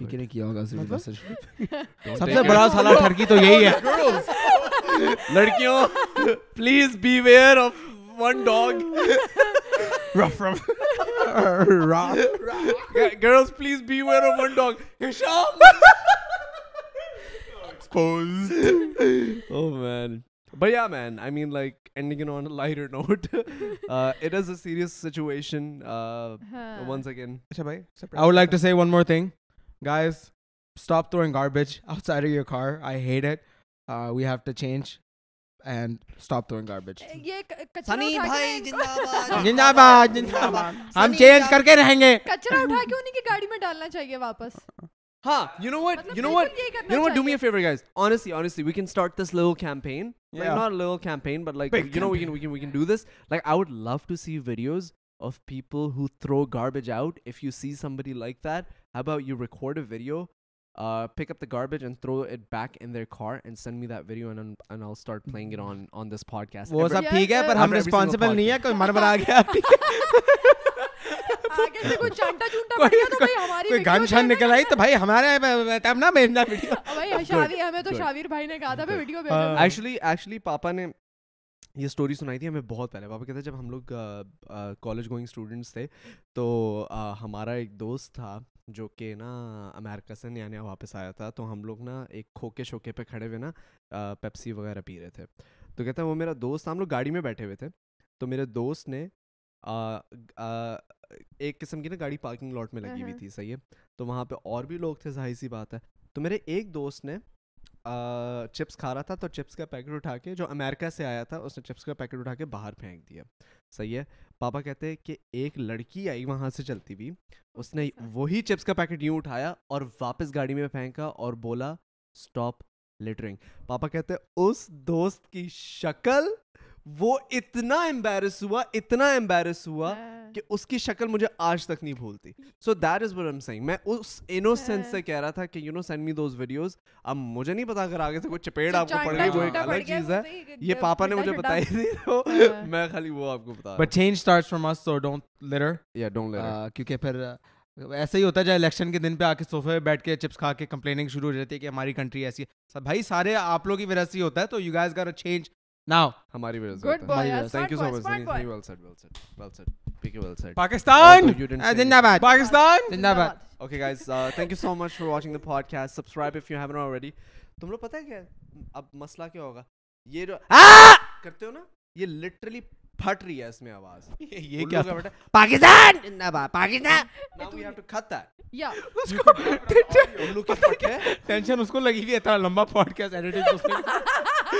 किसी ने किया होगा सिर्फ मतलब? message Don't सबसे take it. बड़ा साला ठरकी तो यही है लड़कियों please beware of one dog rough rough Rough. Yeah, girls please beware of one dog Hisham exposed oh man but yeah man I mean like ending it on a lighter note uh, it is a serious situation uh, ہاں۔ once again अच्छा भाई I would like to say one more thing. Guys, stop throwing garbage outside of your car. I hate it. Uh, we have to change and stop throwing garbage. ये क- कचरा Sunny उठा के भाई ना- जिंदाबाद। जिंदाबाद जिंदाबाद हम चेंज करके रहेंगे कचरा उठा के उन्हीं की गाड़ी में डालना चाहिए वापस huh you know what मतलब you know what बिल्कुल यही करना you know what do me a चाहिए। favor guys honestly honestly we can start this little campaign like Yeah. not a little campaign but like Big you know we can we can we can do this like i would love to see videos of people who throw garbage out if you see somebody like that how about you record a video uh, pick up the garbage and throw it back in their car and send me that video and I'm- and I'll start playing Mm. it on on this podcast. وہ Every- سب Yeah, ٹھیک ہے yeah. پر ہم After every single responsible نہیں ہے کوئی مر مر آ گیا آگے سے کوئی چانٹا چونٹا کوئی- بڑھ گیا تو بھائی ہماری کوئی video گان شان بھیجنا۔ نکل آئی تو بھائی ہمارے ٹائم نہ بھیجنا ویڈیو بھائی Good, شاویر ہمیں تو good. شاویر بھائی نے کہا تھا Good. ویڈیو بھیجو ایکچولی ایکچولی پاپا نے یہ اسٹوری سنائی تھی ہمیں بہت پہلے پاپا کہتے ہیں جب ہم لوگ کالج گوئنگ اسٹوڈنٹس تھے تو ہمارا ایک دوست تھا جو کہ نا امیرکا سے نیا نیا واپس آیا تھا تو ہم لوگ نا ایک کھوکے شوکے پہ کھڑے ہوئے نا پیپسی وغیرہ پی رہے تھے تو کہتا ہے وہ میرا دوست تھا ہم لوگ گاڑی میں بیٹھے ہوئے تھے تو میرے دوست نے ایک قسم کی نا گاڑی پارکنگ لاٹ میں لگی ہوئی تھی صحیح ہے تو وہاں پہ اور بھی لوگ تھے ظاہر سی بات ہے تو میرے ایک دوست نے چپس کھا رہا تھا تو چپس کا پیکٹ اٹھا کے جو امریکہ سے آیا تھا اس نے چپس کا پیکٹ اٹھا کے باہر پھینک دیا صحیح ہے پاپا کہتے ہیں کہ ایک لڑکی آئی وہاں سے چلتی ہوئی اس نے وہی چپس کا پیکٹ یوں اٹھایا اور واپس گاڑی میں پھینکا اور بولا اسٹاپ لٹرنگ پاپا کہتے ہیں اس دوست کی شکل وہ اتنا امبیرس ہوا اتنا امبیرس ہوا ہاں۔ کہ اس کی شکل مجھے آج تک نہیں بھولتی so that is what I'm saying میں اس انوسینس سے کہہ رہا تھا کہ you know send me those videos اب مجھے نہیں پتا اگر آگے سے کوئی چپیڑ اچھا، آپ کو پڑ گئی وہ ایک الگ چیز ہے یہ پاپا نے مجھے بتائی تھی تو میں خالی وہ آپ کو بتا but change starts from us so don't litter یا ڈونٹ لیٹ Uh, کیونکہ پھر uh, ایسا ہی ہوتا ہے جب الیکشن کے دن پہ آ کے صوفے پہ بیٹھ کے چپس کھا کے کمپلیننگ شروع ہو جاتی ہے کہ ہماری کنٹری ایسی ہے بھائی سارے آپ لوگ کی وجہ سے ہی ہوتا ہے تو یو گیز گار چینج ناؤ ہماری وجہ سے good boy thank you so much well said well said well said P K well said Pakistan Uh, زندہ آباد پاکستان زندہ آباد okay guys thank you so much for watching the podcast subscribe if you have not already تم لوگ پتہ ہے کیا اب مسئلہ کیا ہوگا یہ جو کرتے ہو نا یہ لٹرلی پھٹ رہی ہے اس میں آواز یہ کیا پاکستان زندہ آباد Pakistan Now we have to cut that. یا الو کے پھٹ ہے ٹینشن اس کو لگی ہوئی ہے اتنا لمبا پوڈ کاسٹ ایڈیٹنگ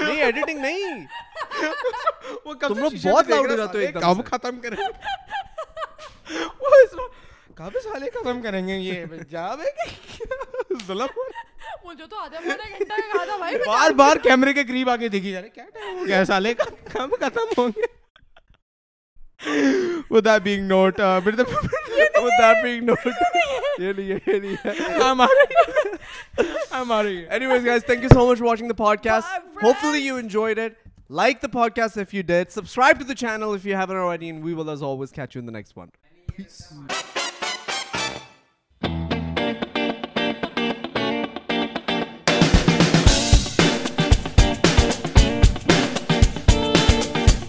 نہیں ایڈیٹنگ نہیں وہ تم لوگ بہت loud ہو جاتے ہو ایک دم کب سے۔ ختم کریں وہ اس وقت- کب سالے ختم کریں گے یہ جاب ہے کہ ظلم ہو رہا ہے۔ مجھے تو آدھا پونا گھنٹہ کہا تھا بھائی بار بار کیمرے کے قریب آ کے دیکھی جا رہے کیا ٹائم ہو گیا ہے سالے کا کم ختم ہوں گے With that being note, uh, with the- with that being note, یہ نہیں یہ نہیں I'm out of here. I'm out of here. Anyways, guys, thank you so much for watching the podcast. Hopefully, you enjoyed it. Like the podcast if you did. Subscribe to the channel if you haven't already. And we will, as always, catch you in the next one. Peace.